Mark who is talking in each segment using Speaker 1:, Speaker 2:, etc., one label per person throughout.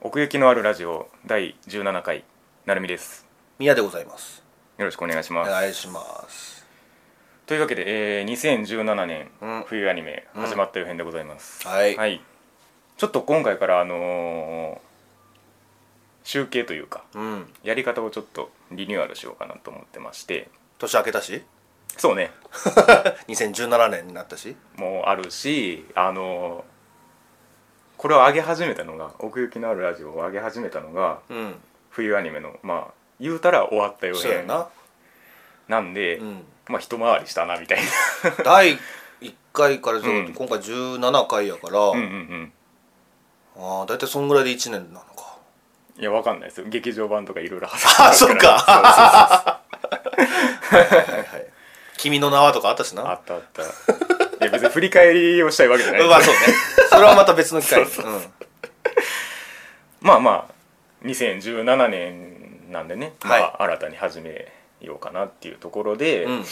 Speaker 1: 奥行きのあるラジオ第17回なるみです
Speaker 2: 宮でございます
Speaker 1: よろしくお願いしま
Speaker 2: お
Speaker 1: す、
Speaker 2: 願いします
Speaker 1: というわけで、えー2017年
Speaker 2: うん
Speaker 1: 冬アニメ始まった予編でございます、
Speaker 2: はい、
Speaker 1: はいちょっと今回からあのー集計というか
Speaker 2: うん
Speaker 1: やり方をちょっとリニューアルしようかなと思ってまして
Speaker 2: 年明けたし
Speaker 1: そうね
Speaker 2: 2017年になったし
Speaker 1: もうあるしあのーこれを上げ始めたのが奥行きのあるラジオを上げ始めたのが
Speaker 2: うん
Speaker 1: 冬アニメのまあ言うたら終わった予
Speaker 2: そうや
Speaker 1: 編
Speaker 2: な、
Speaker 1: なんで、
Speaker 2: うん、
Speaker 1: まあ一回りしたなみたいな
Speaker 2: 第1回からずっと、
Speaker 1: うん
Speaker 2: 今回17回やか ら、
Speaker 1: うんうんうん
Speaker 2: ああ大体そんぐらいで1年なの か
Speaker 1: いやわかんないですよ劇場版とかいろいろ挟んで
Speaker 2: あそっ
Speaker 1: か
Speaker 2: はいはい君の名はとかあったしな
Speaker 1: あったあったいや別に振り返りをしたいわけじゃない
Speaker 2: まあそうねそれはまた別の機会にうん
Speaker 1: まあまあ2017年なんでね、
Speaker 2: はい
Speaker 1: まあ、新たに始めようかなっていうところで、
Speaker 2: うん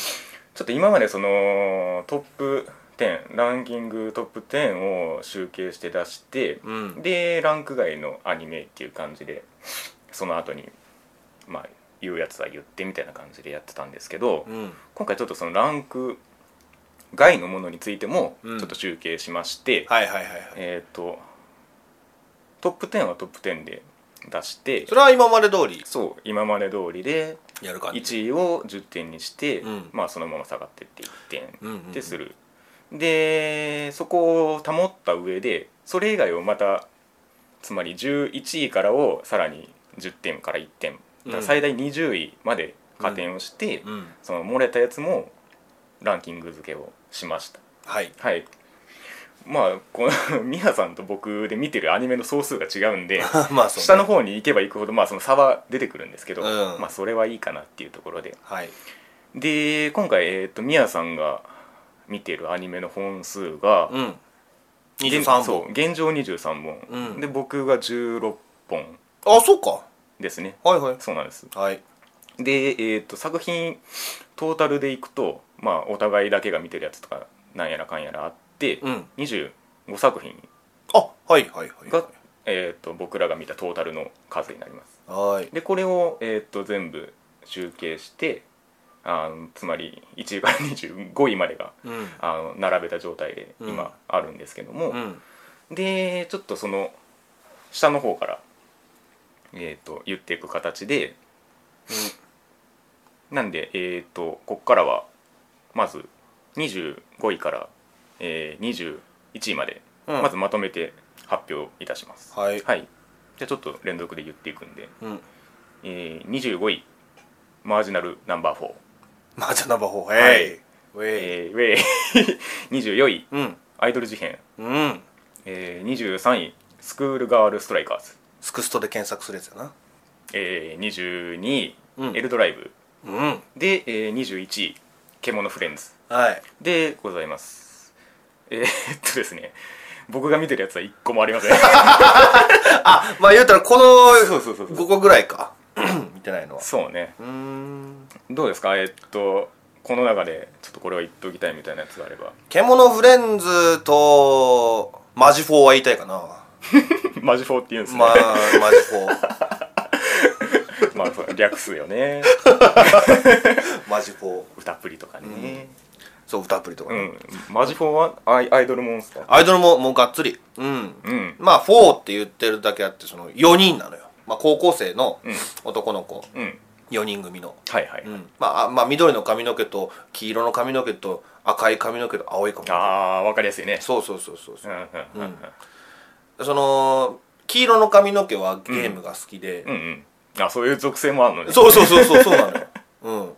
Speaker 1: ちょっと今までそのトップ10ランキングトップ10を集計して出して、
Speaker 2: うん
Speaker 1: でランク外のアニメっていう感じでその後にまあ言うやつは言ってみたいな感じでやってたんですけど、
Speaker 2: うん
Speaker 1: 今回ちょっとそのランク外のものについてもち
Speaker 2: う
Speaker 1: ょ
Speaker 2: ん
Speaker 1: っと集計しまして、
Speaker 2: はいはいはいはい
Speaker 1: えっ、とトップ10はトップ10で出して
Speaker 2: それは今まで通り
Speaker 1: そう今まで通りで
Speaker 2: やる感じ
Speaker 1: 1位を10点にして、
Speaker 2: うん
Speaker 1: まあそのまま下がってって1
Speaker 2: うんうんう
Speaker 1: 点
Speaker 2: ん
Speaker 1: ってする、でそこを保った上でそれ以外をまたつまり11位からをさらに10点から1点だから最大20位まで加点をして、
Speaker 2: うん
Speaker 1: その漏れたやつもランキング付けをしました
Speaker 2: はい
Speaker 1: はいまあこの ミハさんと僕で見てるアニメの総数が違うん で
Speaker 2: まあそうね
Speaker 1: 下の方に行けば行くほどまあその差は出てくるんですけど、
Speaker 2: うん
Speaker 1: まあそれはいいかなっていうところで
Speaker 2: はい
Speaker 1: で今回えっ、とミハさんが見てるアニメの本数が、
Speaker 2: うん
Speaker 1: 現
Speaker 2: 23
Speaker 1: そ
Speaker 2: 本
Speaker 1: う現状23本、
Speaker 2: うん
Speaker 1: で僕が16本
Speaker 2: あそうか
Speaker 1: ですね
Speaker 2: はいはい
Speaker 1: そうなんです
Speaker 2: はい
Speaker 1: で、えー、と作品トータルでいくと、まあ、お互いだけが見てるやつとかなんやらかんやらあって、
Speaker 2: うん
Speaker 1: 25作品
Speaker 2: あはいはいはい
Speaker 1: が、えー、と僕らが見たトータルの数になります
Speaker 2: はい
Speaker 1: でこれを、えー、と全部集計してあのつまり1位から25位までが
Speaker 2: うん
Speaker 1: あの並べた状態で
Speaker 2: うん
Speaker 1: 今あるんですけども、
Speaker 2: うん
Speaker 1: でちょっとその下の方から、えー、と言っていく形でなんで、えー、とここからはまず25位から、えー、21位まで、
Speaker 2: うん
Speaker 1: まずまとめて発表いたします。
Speaker 2: はい
Speaker 1: じゃあちょっと連続で言っていくんで、
Speaker 2: うん
Speaker 1: えー、25位マージナルナンバー4、
Speaker 2: マージャンナンバーホー
Speaker 1: はい
Speaker 2: へいウェイ
Speaker 1: えー、ウェイ 24位
Speaker 2: うん
Speaker 1: アイドル事変、
Speaker 2: うん
Speaker 1: えー、23位スクールガールストライカーズ、
Speaker 2: スクストで検索するやつやな
Speaker 1: えー、22位、
Speaker 2: うん
Speaker 1: エルドライブ
Speaker 2: うん
Speaker 1: で、えー、21位獣フレンズ
Speaker 2: はい
Speaker 1: でございますえー、 っとですね僕が見てるやつは一個もありません
Speaker 2: あまあ言うたらこの
Speaker 1: そうそうそうそう
Speaker 2: 5個ぐらいか見てないのは
Speaker 1: そうね
Speaker 2: うーん
Speaker 1: どうですかえーっとこの中でちょっとこれは言っておきたいみたいなやつがあれ ば
Speaker 2: 獣フレンズとマジフォーは言いたいかな
Speaker 1: マジフォーって言うんですね、
Speaker 2: まあマジフォー
Speaker 1: まあそう略すよね
Speaker 2: マジフォー
Speaker 1: 歌プリとかね
Speaker 2: そう歌アプリとか
Speaker 1: う
Speaker 2: ね
Speaker 1: ん、マジフォーはアイアイドルモンスター
Speaker 2: アイドルももうがっつりうん
Speaker 1: うん
Speaker 2: まあ4って言ってるだけあってその4人なのよ、まあ、高校生の
Speaker 1: うん
Speaker 2: 男の子
Speaker 1: うん
Speaker 2: 4人組の、
Speaker 1: はいはい、
Speaker 2: うんまああ、まあ緑の髪の毛と黄色の髪の毛と赤い髪の毛と青い髪の
Speaker 1: ああーわかりやすいね
Speaker 2: 毛そうそうそうそう
Speaker 1: う
Speaker 2: そ
Speaker 1: ん
Speaker 2: う
Speaker 1: うんうん
Speaker 2: その黄色の髪の毛はゲームが好きで、
Speaker 1: うんうんうんあそういう属性もあるのね
Speaker 2: そうそうそうそうそうなのよ、うん、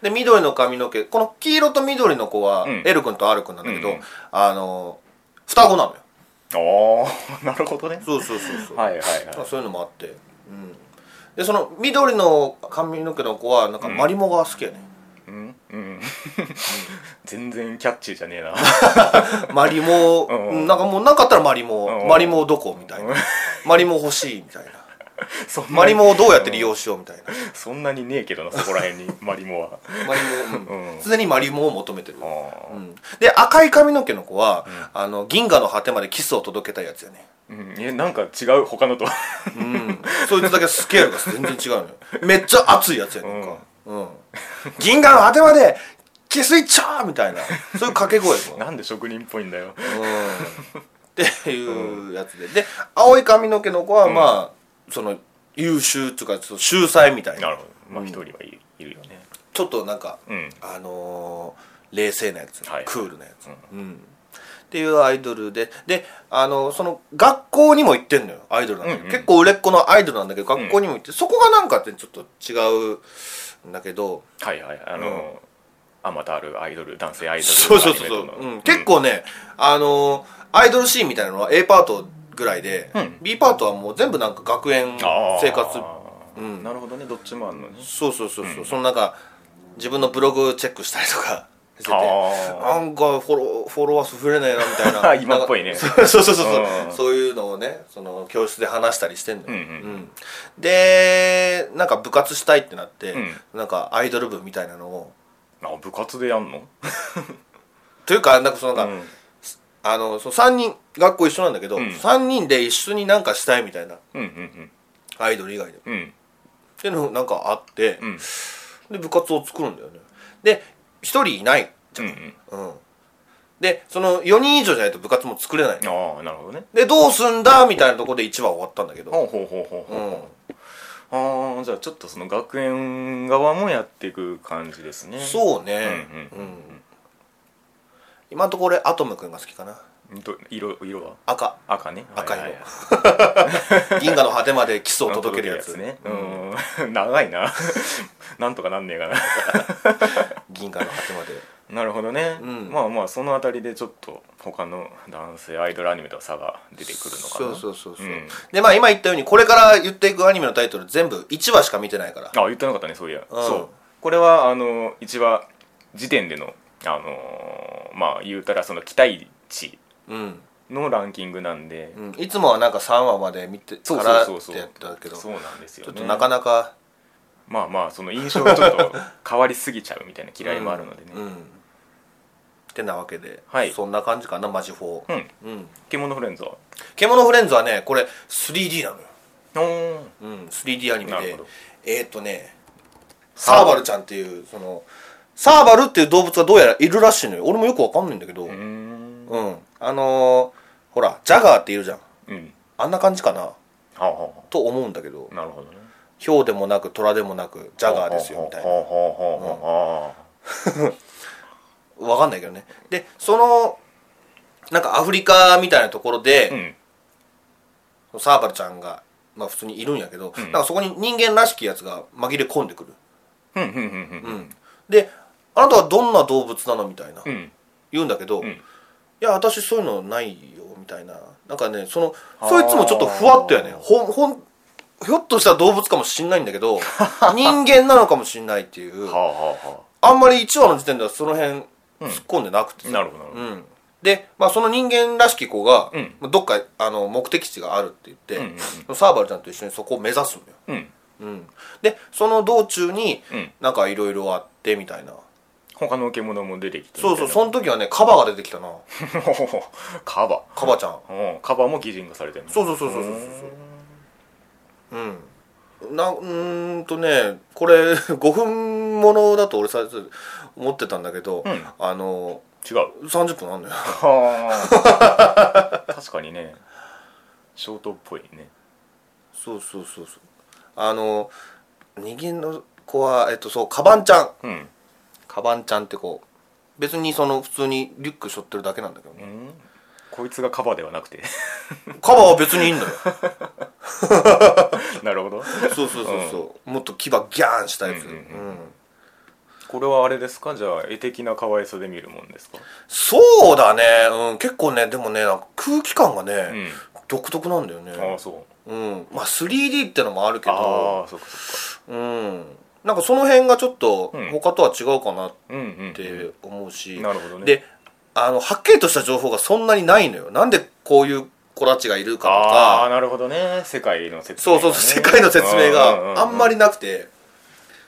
Speaker 2: で緑の髪の毛この黄色と緑の子は
Speaker 1: うん
Speaker 2: エル君とアル君なんだけど、
Speaker 1: うんうん
Speaker 2: あの双子なのよ
Speaker 1: ああ なるほどね
Speaker 2: そうそうそうそう
Speaker 1: はいはいはい
Speaker 2: まあ、そういうのもあって、うん、でその緑の髪の毛の子はなんかマリモが好きやね、
Speaker 1: うんうん 全然キャッチーじゃねえ な
Speaker 2: マリモ
Speaker 1: うんうん
Speaker 2: なんかもうなかったらマリモ、
Speaker 1: うんうん
Speaker 2: マリモどこみたいな、マリモ欲しいみたいな
Speaker 1: そんなに
Speaker 2: マリモをどうやって利用しようみたいな
Speaker 1: そんなにねえけどなそこら 辺にマリモは
Speaker 2: マリモ、うん
Speaker 1: うん
Speaker 2: 常にマリモを求めてる、
Speaker 1: あー
Speaker 2: うん、で赤い髪の毛の子は、あの銀河の果てまでキスを届けたいやつよね
Speaker 1: うん、えなんか違う他のと
Speaker 2: うんそいつだけスケールが全然違うのよめっちゃ熱いやつやねんか、うん銀河の果てまでキスいっちゃーみたいなそういう掛け声やと思う
Speaker 1: なんで職人っぽいんだよ
Speaker 2: うんっていうやつでで青い髪の毛の子はまあ、その優秀っていうかその秀才みたいな
Speaker 1: なるほどまあ一人はいる,、いるよね
Speaker 2: ちょっとなんか、
Speaker 1: うん
Speaker 2: あのー冷静なやつ、
Speaker 1: はい
Speaker 2: クールなやつ、うんっていうアイドルでであのその学校にも行ってんのよアイドルなんだけ
Speaker 1: う
Speaker 2: ど、
Speaker 1: んうん
Speaker 2: 結構売れっ子のアイドルなんだけど学校にも行って、そこがなんかってちょっと違うんだけど
Speaker 1: はいはいあの、あまたあるアイドル男性アイドル
Speaker 2: そうそうそうそう、うん、結構ね、あのアイドルシーンみたいなのは A パートぐらいで、
Speaker 1: うん
Speaker 2: B パートはもう全部なんか学園生活うん
Speaker 1: なるほどねどっちもあるのね
Speaker 2: そうそうそうそう、そのなんか自分のブログチェックしたりとか してて
Speaker 1: あ
Speaker 2: なんかフォローフォロワー数増えねえなみたいな
Speaker 1: 今っぽいね
Speaker 2: なんかそう そうそうそう
Speaker 1: うん
Speaker 2: そういうのをねその教室で話したりしてんのよ、
Speaker 1: うんうん
Speaker 2: うんでなんか部活したいってなって、
Speaker 1: う
Speaker 2: なんかアイドル部みたいなのを
Speaker 1: あ部活でやんの
Speaker 2: というかなんかそのなんか、
Speaker 1: うん
Speaker 2: あのその3人学校一緒なんだけど、
Speaker 1: うん
Speaker 2: 三3人で一緒になんかしたいみたいな
Speaker 1: うんうん
Speaker 2: アイドル以外でっ
Speaker 1: うんうん
Speaker 2: ていうのなんかあって、
Speaker 1: うん
Speaker 2: で部活を作るんだよねで1人いない
Speaker 1: うんうん
Speaker 2: うんでその4人以上じゃないと部活も作れない
Speaker 1: ああなるほどね
Speaker 2: でどうすんだみたいなところで1話終わったんだけど
Speaker 1: ほうほうほうほう
Speaker 2: う
Speaker 1: ほう、
Speaker 2: ん
Speaker 1: ああじゃあちょっとその学園側もやっていく感じですね
Speaker 2: そうね
Speaker 1: う
Speaker 2: うん今のところ俺アトム君が好きかな
Speaker 1: ど色色は
Speaker 2: 赤
Speaker 1: 赤ね
Speaker 2: 赤色
Speaker 1: はいはいはい
Speaker 2: 銀河の果てまでキスを届けるや つ
Speaker 1: ねうん 長いななんとかなんねえかな
Speaker 2: 銀河の果てまで
Speaker 1: なるほどね、
Speaker 2: うん
Speaker 1: まあまあそのあたりでちょっと他の男性アイドルアニメとは差が出てくるのかな
Speaker 2: そうそうそうそう、
Speaker 1: うん
Speaker 2: でまあ今言ったようにこれから言っていくアニメのタイトル全部1話しか見てないから
Speaker 1: あ言ってなかったねそういや、
Speaker 2: うん
Speaker 1: そうこれはあの一話時点でのあのーまあ言うたらその期待値
Speaker 2: うん、
Speaker 1: のランキングなんで、
Speaker 2: うん、いつもはなんか3話まで見て
Speaker 1: そう
Speaker 2: からっ
Speaker 1: そうそうそう
Speaker 2: てやってたけど
Speaker 1: そうなんですよ
Speaker 2: ちょ
Speaker 1: ね
Speaker 2: っとなかなか
Speaker 1: まあまあその印象がちょっと変わりすぎちゃうみたいな嫌いもあるのでね、
Speaker 2: うんうんってなわけで、
Speaker 1: はい
Speaker 2: そんな感じかなマジ4
Speaker 1: うん
Speaker 2: うん
Speaker 1: 獣フレンズは
Speaker 2: 獣フレンズはねこれ 3D なのよ、
Speaker 1: おー
Speaker 2: うん、3D アニメ
Speaker 1: なる
Speaker 2: で
Speaker 1: ほど
Speaker 2: えーっ、とねサーバルちゃんっていうそのサーバルっていう動物がどうやらいるらしいのよ俺もよくわかんないんだけど、
Speaker 1: うーん
Speaker 2: うん、あのーほらジャガーっているじゃん
Speaker 1: うん
Speaker 2: あんな感じかな
Speaker 1: はあ、は
Speaker 2: と思うんだけど
Speaker 1: あ、なるほどね
Speaker 2: ヒョウでもなくトラでもなくジャガーですよみたい
Speaker 1: はあ
Speaker 2: な
Speaker 1: はあはあはあはあ
Speaker 2: わかんないけどねでそのなんかアフリカみたいなところで、
Speaker 1: うん
Speaker 2: サーバルちゃんが、まあ、普通にいるんやけど、なんかそこに人間らしきやつが紛れ込んでくる、
Speaker 1: ふんふんふんふん
Speaker 2: うんで「あなたはどんな動物なの?」みたいな、
Speaker 1: うん
Speaker 2: 言うんだけど「
Speaker 1: ん
Speaker 2: いや私そういうのないよ」みたいななんかねそのそいつもちょっとふわっとやねほんほんひょっとしたら動物かもしんないんだ けど人間なのかもしんないっていう
Speaker 1: はあはあは
Speaker 2: あんまり1話の時点ではその辺突っ込んでなくて
Speaker 1: あ
Speaker 2: さ
Speaker 1: なるほどなるほど
Speaker 2: うん、で、まあ、その人間らしき子が、
Speaker 1: うん
Speaker 2: まあどっかあの目的地があるって言って、
Speaker 1: んうんうん
Speaker 2: そのサーバルちゃんと一緒にそこを目指すの
Speaker 1: う
Speaker 2: よ、
Speaker 1: ん
Speaker 2: うん、でその道中に、
Speaker 1: うん
Speaker 2: なんかいろいろあってみたいな
Speaker 1: 他の獣も出てきてみたい
Speaker 2: そう
Speaker 1: な
Speaker 2: そうその時はねカバが出てきたな
Speaker 1: カバ
Speaker 2: カバちゃん
Speaker 1: うんカバも擬人化されてるの
Speaker 2: そうそうそうそうそうそううんなうーんとねこれ 5分ものだと俺さ思ってたんだけど、
Speaker 1: うん
Speaker 2: あの
Speaker 1: 違う
Speaker 2: 30分あんのよ
Speaker 1: はあ確かにねショートっぽいね
Speaker 2: そうそうそうそうあの人間の子はえっとそうカバンちゃん
Speaker 1: うん
Speaker 2: カバンちゃんってこう別にその普通にリュック背負ってるだけなん だけどね
Speaker 1: うんこいつがカバではな くて
Speaker 2: カバーは別にいいんだよ
Speaker 1: なるほど
Speaker 2: そうそうそうそう、もっと牙ギャーンしたやつ、
Speaker 1: うんうん
Speaker 2: うん
Speaker 1: これはあれですかじゃあ絵的な可愛さで見るもんですか
Speaker 2: そうだね、うん、結構ねでもねなんか空気感がね、
Speaker 1: うん
Speaker 2: 独特なんだよね
Speaker 1: ああそう
Speaker 2: うんまあ 3D ってのもあるけど
Speaker 1: ああそっかそっか
Speaker 2: うんなんかその辺がちょっと
Speaker 1: うん
Speaker 2: 他とは違うかなっ
Speaker 1: うんうん
Speaker 2: て思うし、
Speaker 1: なるほどね
Speaker 2: であのはっきりとした情報がそんなにないのよなんでこういう子たちがいるかと
Speaker 1: ああ
Speaker 2: か
Speaker 1: なるほどね世界の説
Speaker 2: そ
Speaker 1: 明
Speaker 2: うそうそう世界の説明があんま
Speaker 1: り
Speaker 2: りなくて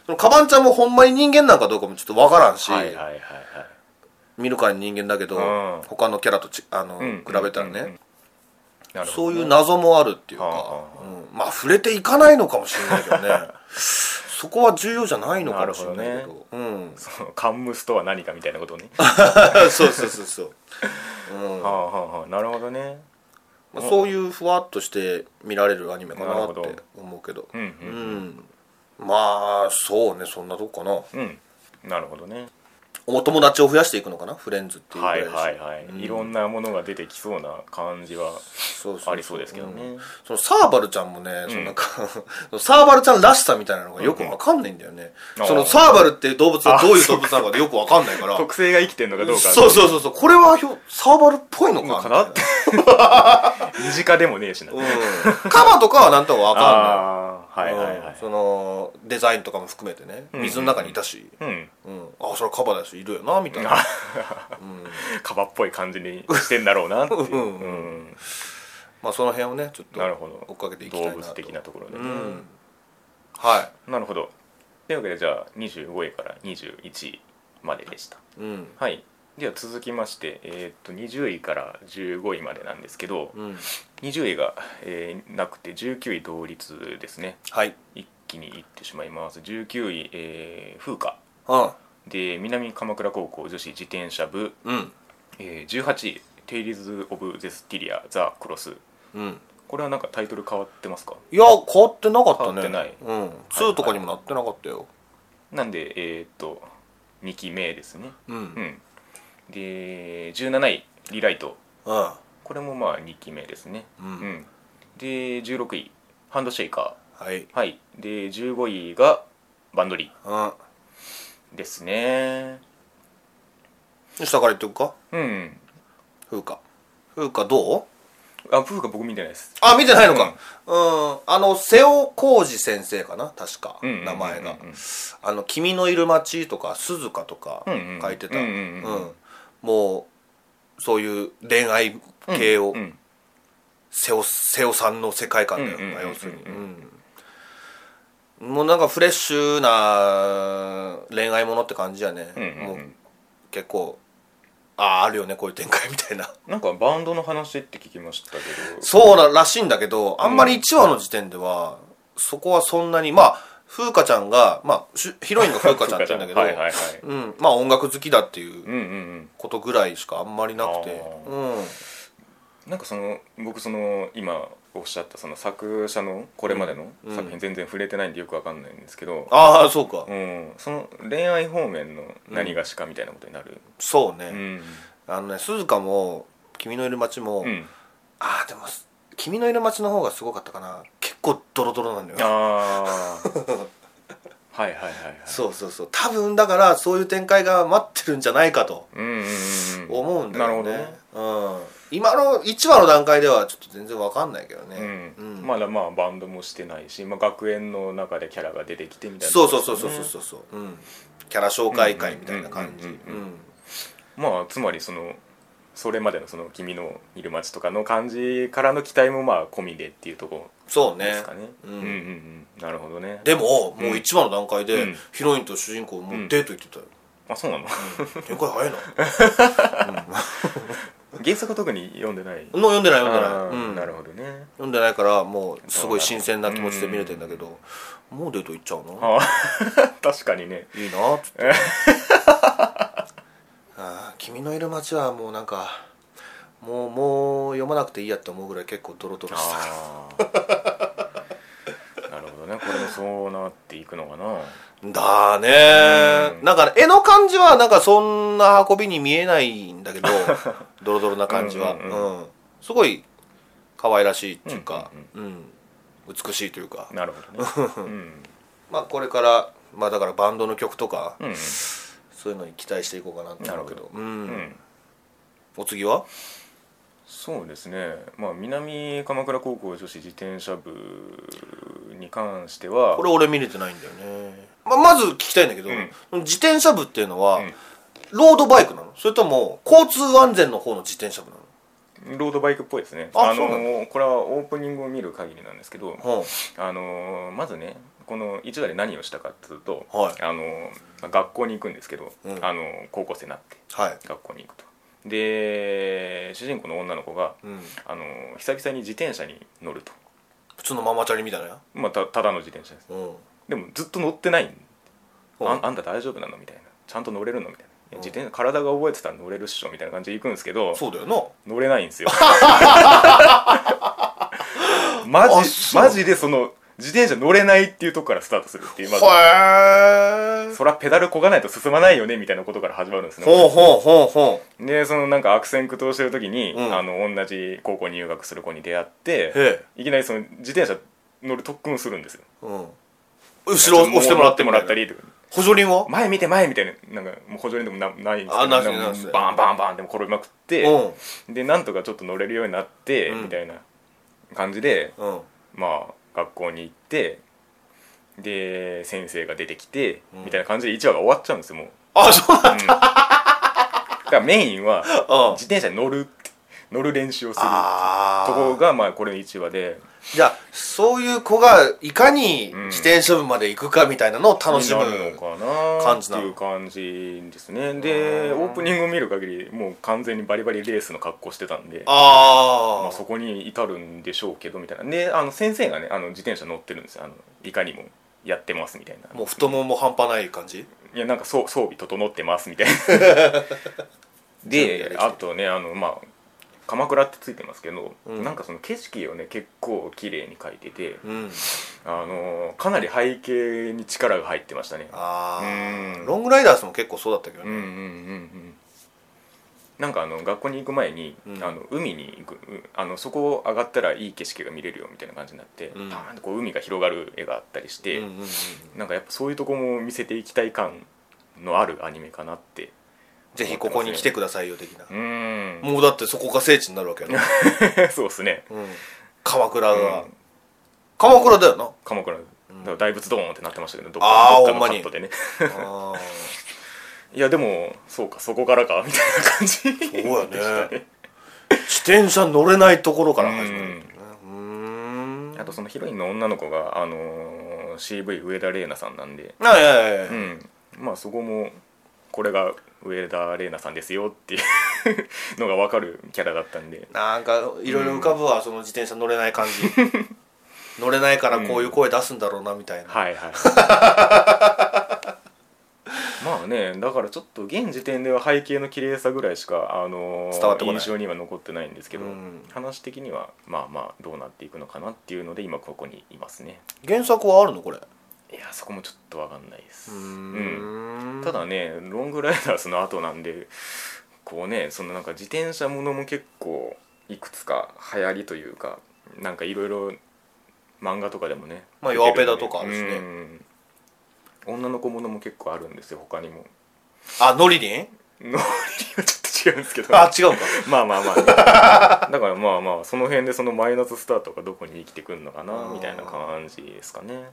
Speaker 2: そのカバンちゃんもほんまに人間なんかどうかもちょっとわからんし、
Speaker 1: はいはいはいはい
Speaker 2: 見るからに人間だけど、
Speaker 1: うん
Speaker 2: 他のキャラとちあの、
Speaker 1: うん
Speaker 2: 比べたらね、
Speaker 1: うんうんなる
Speaker 2: そ
Speaker 1: ほ
Speaker 2: う
Speaker 1: ど
Speaker 2: い
Speaker 1: ね
Speaker 2: う謎もあるっていう
Speaker 1: はあ
Speaker 2: か
Speaker 1: は、
Speaker 2: うんまあ触れていかないのかもしれないけど ねそこは重要じゃないのかもしれない
Speaker 1: な
Speaker 2: け
Speaker 1: る
Speaker 2: ど
Speaker 1: ほ
Speaker 2: うん、
Speaker 1: そのカンムスとは何かみたいなことね
Speaker 2: そうそうそうそう、うん
Speaker 1: はあはあはあなるほどね
Speaker 2: まあ、そういうふわっとして見られるアニメか
Speaker 1: な
Speaker 2: な
Speaker 1: る
Speaker 2: っ
Speaker 1: ほ
Speaker 2: て
Speaker 1: ど
Speaker 2: 思うけど
Speaker 1: うん
Speaker 2: うん、まあそうねそんなとこかな
Speaker 1: うんうんなるほどね
Speaker 2: お友達を増やしていくのかなフレンズっていうぐら
Speaker 1: はいい
Speaker 2: だし
Speaker 1: はいはい、いろんなものが出てきそうな感じは
Speaker 2: そうそうそう
Speaker 1: ありそうですけどね、
Speaker 2: そのサーバルちゃんもね、そのなんか サーバルちゃんらしさみたいなのがよくわかんないんだよね、
Speaker 1: うん
Speaker 2: そのサーバルっていう動物がどういう動物なのかでよくわかんないから
Speaker 1: 特性が生きてるのかどうか
Speaker 2: そうそうそうそうこれはひょサーバルっぽいのか
Speaker 1: かな
Speaker 2: み
Speaker 1: ったて
Speaker 2: い
Speaker 1: 身近でもねえしな、
Speaker 2: なうん、カバとかはなんとかわか
Speaker 1: ああ
Speaker 2: んな
Speaker 1: はい
Speaker 2: い、
Speaker 1: はいは
Speaker 2: うん
Speaker 1: い
Speaker 2: そのデザインとかも含めてね
Speaker 1: うん
Speaker 2: 水の中にいたし、
Speaker 1: うん、
Speaker 2: うんあそれはカバだしいるよなみ たいな、
Speaker 1: カバっぽい感じにしてんだろうなっていう、
Speaker 2: うん
Speaker 1: うん
Speaker 2: まあその辺をねちょっと
Speaker 1: なるほど
Speaker 2: 追っかけていきたい
Speaker 1: 動
Speaker 2: なと
Speaker 1: 物的なところで
Speaker 2: う
Speaker 1: ね、
Speaker 2: んは
Speaker 1: なるほどというわけでじゃあ25位から21位まででした
Speaker 2: いうん
Speaker 1: はいでは続きまして、えーっと20位から15位までなんですけど
Speaker 2: うん
Speaker 1: 20位が、えーなくて19位同率ですね
Speaker 2: はい
Speaker 1: 一気にいってしまいます19位、えー風花
Speaker 2: うん
Speaker 1: で南鎌倉高校女子自転車部、
Speaker 2: うん
Speaker 1: えー18位「テイリズ・オブ・ゼスティリア・ザ・クロス
Speaker 2: うん」
Speaker 1: これはなんかタイトル変わってますか
Speaker 2: いや変わってなかったね
Speaker 1: 変わってない
Speaker 2: うん、2とかにもなってなかったよ、
Speaker 1: なんでえーっと2期目ですね
Speaker 2: うん
Speaker 1: うんで17位「リライト
Speaker 2: うん」
Speaker 1: これもまあ2期目ですね
Speaker 2: うん
Speaker 1: うんで16位「ハンドシェイカ
Speaker 2: はい
Speaker 1: ー」はいで15位が「バンドリ
Speaker 2: うん
Speaker 1: ー」ですね
Speaker 2: 下から言っておくか
Speaker 1: うん
Speaker 2: 風花風花どう
Speaker 1: あ風花僕見てないです
Speaker 2: あ見てないのかうん、あの瀬尾浩二先生かな確か、
Speaker 1: うんうんうんうん
Speaker 2: 名前が「あの君のいる街」とか「鈴鹿」とか
Speaker 1: うんうん
Speaker 2: 書いてた
Speaker 1: う
Speaker 2: うん
Speaker 1: うんうん
Speaker 2: んもうそういう恋愛系を
Speaker 1: うん
Speaker 2: 瀬尾瀬尾さんの世界観だよ、
Speaker 1: うんうんうんうん
Speaker 2: 要するに、うんもうなんかフレッシュな恋愛ものって感じやね、
Speaker 1: うんうんう
Speaker 2: も
Speaker 1: ん
Speaker 2: う結構あああるよねこういう展開みた いな
Speaker 1: なんかバンドの話って聞きましたけど
Speaker 2: そうならしいんだけどあんまり1話の時点では、そこはそんなにまあ風花ちゃんが、まあ、しヒロインが風花ちゃんって言うんだけど
Speaker 1: はいはいはい
Speaker 2: うん、まあ音楽好きだっていう
Speaker 1: うんうんうん
Speaker 2: ことぐらいしかあんまりなくて
Speaker 1: あ
Speaker 2: うん
Speaker 1: なんかその僕その今おっしゃったその作者のこれまでの
Speaker 2: うん
Speaker 1: 作品全然触れてないんでよくわかんないんですけど、
Speaker 2: ああそうか、
Speaker 1: うん、その恋愛方面の何がしかみたいなことになる
Speaker 2: そうね、
Speaker 1: うん
Speaker 2: あのね鈴鹿も「君のいる街も」
Speaker 1: うん
Speaker 2: あーでも「君のいる街」の方がすごかったかな結構ドロドロなんだよ
Speaker 1: あーはいはいはいはい
Speaker 2: そうそうそう多分だからそういう展開が待ってるんじゃないかと
Speaker 1: うんうんうん
Speaker 2: 思うんだよね
Speaker 1: なる
Speaker 2: うん、今の1話の段階ではちょっと全然わかんないけどね、
Speaker 1: う
Speaker 2: うんん
Speaker 1: まだまあバンドもしてないし、まあ、学園の中でキャラが出てきてみたいな、
Speaker 2: そうそうそうそうそうそう、うん、キャラ紹介会みたいな感じ
Speaker 1: う
Speaker 2: うん
Speaker 1: うんうんうん
Speaker 2: ん
Speaker 1: まあつまりそのそれまでのその君のいる街とかの感じからの期待もまあ込みでっていうとこ
Speaker 2: そう
Speaker 1: ろで
Speaker 2: ね
Speaker 1: すかね。
Speaker 2: う
Speaker 1: うんんうんうんなるほどね。
Speaker 2: でももう1話の段階
Speaker 1: う
Speaker 2: で
Speaker 1: ん
Speaker 2: ヒロインと主人公もうデート行ってたよ、
Speaker 1: あそうなの。
Speaker 2: 展開早いな
Speaker 1: 原作特に読んでない。
Speaker 2: の読んでない読んで
Speaker 1: あ
Speaker 2: な
Speaker 1: ー
Speaker 2: い、うん、
Speaker 1: なるほどね。
Speaker 2: 読んでないからもうすごい新鮮な気持ちで見れてんだけど、もうデート行っちゃうの
Speaker 1: あー確かにね。
Speaker 2: いいなっつってあー君のいる街はもうなんかもうもう読まなくていいやって思うぐらい結構ドロドロしてた
Speaker 1: ああ。 なるほどね。これもそうなっていくのかな。
Speaker 2: だーねーなんかね絵の感じはなんかそんな運びに見えないんだ けどドロドロな感じは
Speaker 1: うん
Speaker 2: う
Speaker 1: うんんう
Speaker 2: すごい可愛らしいっていうか、うん美しいというか
Speaker 1: なるほどね。うん
Speaker 2: まあこれからまあだからバンドの曲とか、
Speaker 1: うん
Speaker 2: そういうのに期待していこうかなって思うけどう、
Speaker 1: うんん。
Speaker 2: お次は
Speaker 1: そうですね、まあ、南鎌倉高校女子自転車部に関しては
Speaker 2: これ俺見れてないんだよね、ままず聞きたいんだけど、自転車部っていうのは、
Speaker 1: うん
Speaker 2: ロードバイクなのそれとも交通安全の方の自転車部なの
Speaker 1: ロードバイクっぽいですね
Speaker 2: あ
Speaker 1: あ
Speaker 2: そう
Speaker 1: の
Speaker 2: なん
Speaker 1: ーこれはオープニングを見る限りなんですけど、
Speaker 2: ほう
Speaker 1: あのーまずねこの一打で何をしたかっていうと、
Speaker 2: はい
Speaker 1: あのーまあ学校に行くんですけど、
Speaker 2: うん
Speaker 1: あのー高校生になって
Speaker 2: はい
Speaker 1: 学校に行くとで主人公の女の子が、
Speaker 2: うん
Speaker 1: あのー久々に自転車に乗ると、
Speaker 2: 普通のママチャリみたいなや
Speaker 1: まあ、たただの自転車です
Speaker 2: うん
Speaker 1: でもずっと乗ってない
Speaker 2: ほ
Speaker 1: あ
Speaker 2: う
Speaker 1: あんた大丈夫なのみたいなちゃんと乗れるのみたいないや自転車体が覚えてたら乗れるっしょみたいな感じで行くんですけど
Speaker 2: そうだよな
Speaker 1: 乗れないんです よマ
Speaker 2: あ
Speaker 1: ジ
Speaker 2: そう
Speaker 1: マジでその自転車乗れないっていうとこからスタートするっていうまず
Speaker 2: へえ
Speaker 1: そらペダルこがないと進まないよねみたいなことから始まるんですね
Speaker 2: ほうほうほうほ
Speaker 1: でそのなんか悪戦苦闘してる時に、
Speaker 2: うん
Speaker 1: あの同じ高校に入学する子に出会っ
Speaker 2: う
Speaker 1: て
Speaker 2: へえ
Speaker 1: いきなりその自転車乗る特訓をするんですよ
Speaker 2: うん後ろ押してもらって
Speaker 1: もらったりとか
Speaker 2: 補助輪は
Speaker 1: 前見て前みたいななんかもう補助輪でもなないんですけ
Speaker 2: あ
Speaker 1: ど
Speaker 2: なし
Speaker 1: なんか
Speaker 2: なし
Speaker 1: バンバンバンでも転びまくっ
Speaker 2: う
Speaker 1: て
Speaker 2: ん
Speaker 1: でなんとかちょっと乗れるようになって、
Speaker 2: うん
Speaker 1: みたいな感じで
Speaker 2: うん
Speaker 1: まあ学校に行ってで先生が出てきて、
Speaker 2: うん
Speaker 1: みたいな感じで1話が終わっちゃうんですよもう、
Speaker 2: あそうなん
Speaker 1: うんだからメイン は
Speaker 2: うん
Speaker 1: 自転車に乗るって乗る練習をする
Speaker 2: あ
Speaker 1: と
Speaker 2: あ
Speaker 1: ころがまあこれの1話で
Speaker 2: じゃあそういう子がいかに
Speaker 1: うん
Speaker 2: 自転車部まで行くかみたいなのを楽しむ、
Speaker 1: になるのかな感
Speaker 2: 感じ
Speaker 1: じ
Speaker 2: な
Speaker 1: っ
Speaker 2: の
Speaker 1: ていう感じですねで
Speaker 2: うん
Speaker 1: オープニングを見る限りもう完全にバリバリレースの格好してたんで
Speaker 2: あー、
Speaker 1: まあ、そこに至るんでしょうけどみたいなであの先生がねあの自転車乗ってるんですよあのいかにもやってますみたいな
Speaker 2: もう太もも半端ない感じ
Speaker 1: いやなんかそう装備整ってますみたいな
Speaker 2: 準備がで
Speaker 1: で
Speaker 2: きてる
Speaker 1: あとねあのまあ鎌倉ってついてますけど、
Speaker 2: うん
Speaker 1: なんかその景色をね結構綺麗に描いてて、
Speaker 2: うん
Speaker 1: あのかなり背景に力が入ってましたね
Speaker 2: あー
Speaker 1: うん
Speaker 2: ロングライダースも結構そうだったけど
Speaker 1: うんう
Speaker 2: ね、
Speaker 1: んうんうんなんかあの学校に行く前に、
Speaker 2: うん
Speaker 1: あの海に行くうあのそこを上がったらいい景色が見れるよみたいな感じになって、
Speaker 2: うん
Speaker 1: パーンとこう海が広がる絵があったりし
Speaker 2: うん
Speaker 1: て、
Speaker 2: うんうん
Speaker 1: なんかやっぱそういうとこも見せていきたい感のあるアニメかなって
Speaker 2: ぜひここに来てくださいよ的な
Speaker 1: う、ーん
Speaker 2: もうだってそこが聖地になるわけやろ、
Speaker 1: そうですね、
Speaker 2: うん、鎌倉が、
Speaker 1: うん
Speaker 2: 鎌倉 だよな
Speaker 1: 鎌倉だから大仏ドーンってなってましたけどどっ
Speaker 2: あ
Speaker 1: か
Speaker 2: ー
Speaker 1: どっか
Speaker 2: ほん
Speaker 1: の
Speaker 2: ま
Speaker 1: カ
Speaker 2: に
Speaker 1: ットでね
Speaker 2: あー
Speaker 1: いやでもそうかそこからかみたいな感じ
Speaker 2: そうやね自転車乗れないところから始まるんだよねうーん
Speaker 1: あとそのヒロインの女の子が、あのー CV 上田玲奈さんなんで、
Speaker 2: あいやいやいや、
Speaker 1: うん、まあそこもこれが上田玲奈さんですよっていうのが分かるキャラだったんで
Speaker 2: なんかいろいろ浮かぶわ、その自転車乗れな い感じ乗れないからこういう声出すんだろうなみたいな、
Speaker 1: はいはい まあねだからちょっと現時点では背景の綺麗さぐらいしか、あのー
Speaker 2: 伝わってこない
Speaker 1: 印象には残ってないんですけど、
Speaker 2: うん
Speaker 1: 話的にはまあまあどうなっていくのかなっていうので今ここにいますね
Speaker 2: 原作はあるのこれ
Speaker 1: いやそこもちょっと分かんないです
Speaker 2: ん
Speaker 1: ただねロングライダースの後なんでこうねそのなんか自転車ものも結構いくつか流行りというかなんかいろいろ漫画とかでもね
Speaker 2: まあ
Speaker 1: 出てるんで
Speaker 2: ヨアペダとかあるしね
Speaker 1: うん女の子ものも結構あるんですよ他にも
Speaker 2: あノリリン
Speaker 1: ノリはちょっと違うんですけど
Speaker 2: あ違うか
Speaker 1: まあまあまあね、だからまあまあその辺でそのマイナススタートがどこに生きてくるのかなみたいな感じですかね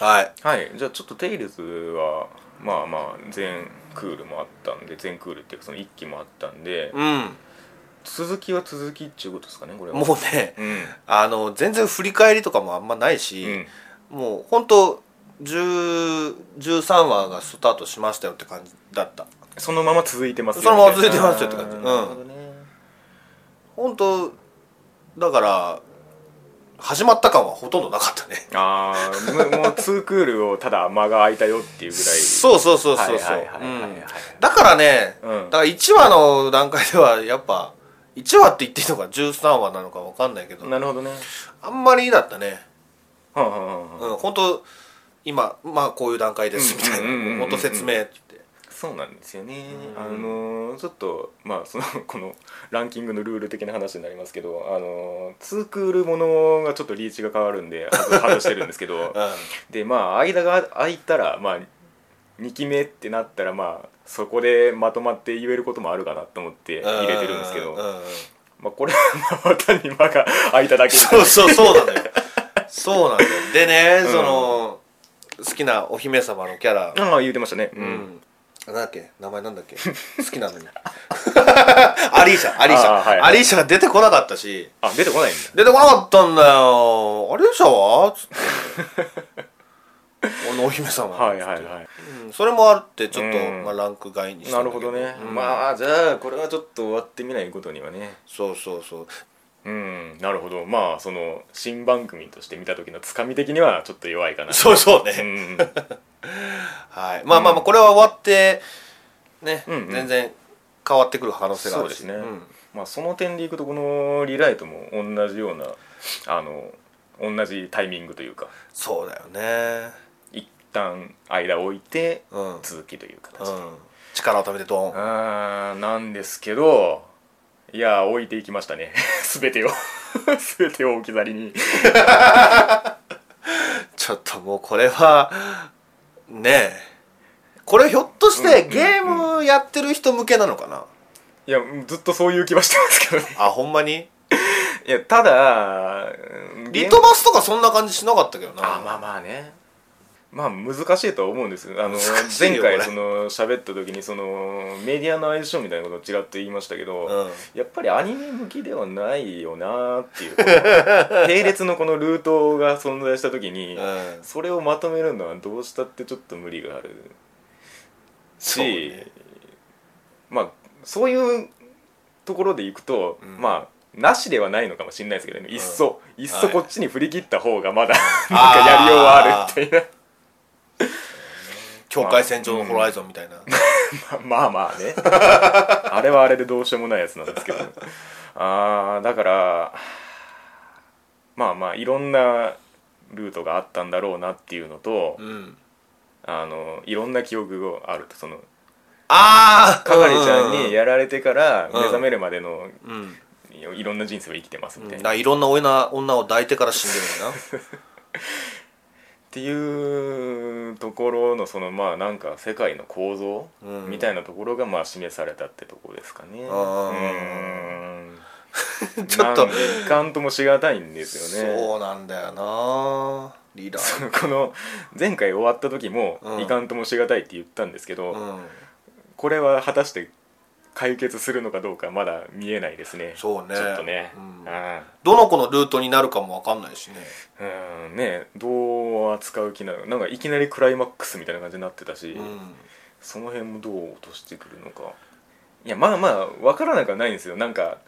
Speaker 2: はい
Speaker 1: はいじゃあちょっと「テイルズは」まあまあ全クールもあったんで全クールっていうかその1期もあったんで
Speaker 2: うん
Speaker 1: 続きは続きっていうことですかねこれは
Speaker 2: もうね
Speaker 1: うん、
Speaker 2: あの全然振り返りとかもあんまないし、
Speaker 1: うん、
Speaker 2: もうほんと10 13話がスタートしましたよって感じだった
Speaker 1: そのまま続いてますよ
Speaker 2: そのまま続いてますよって感じ
Speaker 1: あー
Speaker 2: うん
Speaker 1: なるほどね
Speaker 2: ほんとだから始まった感はほとんどなかったね
Speaker 1: ああもう2クールをただ間が空いたよっていうぐらい
Speaker 2: そうそうそうそうそう
Speaker 1: はいはいはいはいはい
Speaker 2: うんだからね、
Speaker 1: うん
Speaker 2: だから1話の段階ではやっぱ1話って言っていいのか13話なのか分かんないけど
Speaker 1: なるほどね
Speaker 2: あんまりだったね
Speaker 1: はんはんはんはん
Speaker 2: うん本当今まあこういう段階ですみたい
Speaker 1: うんうんうんうんう
Speaker 2: なん本当説明って
Speaker 1: そうなんですよね、
Speaker 2: う
Speaker 1: あ
Speaker 2: ん
Speaker 1: のーちょっとまあその このランキングのルール的な話になりますけどあのーツークールものがちょっとリーチが変わるんで外 外してるんですけど
Speaker 2: うん
Speaker 1: でまあ間が空いたらまあ2期目ってなったらまあそこでまとまって言えることもあるかなと思って入れてるんですけど
Speaker 2: ううん
Speaker 1: まあこれはまあ単に間が 空いただけ
Speaker 2: そうそうそうなの よそうなんだよでね、
Speaker 1: うん
Speaker 2: その好きなお姫様のキャラ
Speaker 1: ああ言うてましたねう、
Speaker 2: うん ん、なんだっけ名前なんだっけ好きなのにアリーシャアリーシ
Speaker 1: あーはい
Speaker 2: ャアリーシャが出てこなかったし
Speaker 1: あ出てこないんだ
Speaker 2: 出てこなかったんだよアリーシャ はつってあのお姫様
Speaker 1: はいはいはい
Speaker 2: うんそれもあってちょっと、
Speaker 1: うん
Speaker 2: まあ、ランク外にした
Speaker 1: なん
Speaker 2: だ
Speaker 1: る
Speaker 2: け
Speaker 1: ほどね、
Speaker 2: うん
Speaker 1: まあじゃあこれはちょっと終わってみないことにはね
Speaker 2: そうそうそう
Speaker 1: うんなるほどまあその新番組として見た時のつかみ的にはちょっと弱いかな
Speaker 2: そうそうね、
Speaker 1: うん
Speaker 2: はい、まあまあまあこれは終わってね、
Speaker 1: うんうん
Speaker 2: 全然変わってくる可能性があるし
Speaker 1: そうですね
Speaker 2: ん
Speaker 1: まあその点でいくとこのリライトも同じようなあの同じタイミングというか
Speaker 2: そうだよね
Speaker 1: 一旦間を置いて
Speaker 2: うん、うん、
Speaker 1: 続きという形で、
Speaker 2: 力を貯めてドーン
Speaker 1: あーなんですけどいや置いていきましたね 全てを全てを置き去りに
Speaker 2: ちょっともうこれはねえこれひょっとして
Speaker 1: うん
Speaker 2: ゲームやってる人向けなのかな、
Speaker 1: いやずっとそういう気はしてますけどね
Speaker 2: あほんまに
Speaker 1: いやただうん
Speaker 2: リトマスとかそんな感じしなかったけどな
Speaker 1: あまあまあねまあ難しいとは思うんですあの
Speaker 2: 難しい
Speaker 1: 前
Speaker 2: よ
Speaker 1: 回
Speaker 2: これ
Speaker 1: その喋った時にそのメディアの相性みたいなことをちらっと言いましたけど、
Speaker 2: うん
Speaker 1: やっぱりアニメ向きではないよなっていうこの 並列のこのルートが存在した時に、
Speaker 2: うん
Speaker 1: それをまとめるのはどうしたってちょっと無理がある
Speaker 2: そう
Speaker 1: し、
Speaker 2: ね
Speaker 1: まあそういうところでいくと、
Speaker 2: うん
Speaker 1: まあなしではないのかもしれないですけどね、いっそいっそ
Speaker 2: はい
Speaker 1: こっちに振り切った方がまだ なんかやりようはあるみたい
Speaker 2: 境界線上のホライゾンみたいな、
Speaker 1: な まあまあ ねあれはあれでどうしようもないやつなんですけどあーだからまあまあいろんなルートがあったんだろうなっていうのと、
Speaker 2: うん
Speaker 1: あのいろんな記憶があるとその
Speaker 2: ああ
Speaker 1: 係ちゃんにやられてから
Speaker 2: うん
Speaker 1: 目覚めるまでの
Speaker 2: うん、うん
Speaker 1: いろんな人生を生きてますみた
Speaker 2: だ
Speaker 1: い
Speaker 2: か
Speaker 1: な、
Speaker 2: ら
Speaker 1: っ
Speaker 2: いろんな女女を抱いてから死んでるんだな
Speaker 1: ていうところのそのまあなんか世界の構造
Speaker 2: うん
Speaker 1: みたいなところがまあ示されたってところですかね。う
Speaker 2: あー
Speaker 1: ん
Speaker 2: ちょっと
Speaker 1: なんでいかんともしがたいんですよね。
Speaker 2: そうなんだよなリーダー
Speaker 1: この前回終わった時も
Speaker 2: うん
Speaker 1: いかんともしがたいって言ったんですけど、
Speaker 2: うん
Speaker 1: これは果たして解決するのかどうかまだ見えないですね。
Speaker 2: そうね
Speaker 1: ちょっとね。
Speaker 2: うん
Speaker 1: あー
Speaker 2: どの子のルートになるかもわかんないしね
Speaker 1: うんねどう扱う気なのなんかいきなりクライマックスみたいな感じになってたし、
Speaker 2: うん
Speaker 1: その辺もどう落としてくるのかいやまあまあ分からなくはないんですよなんか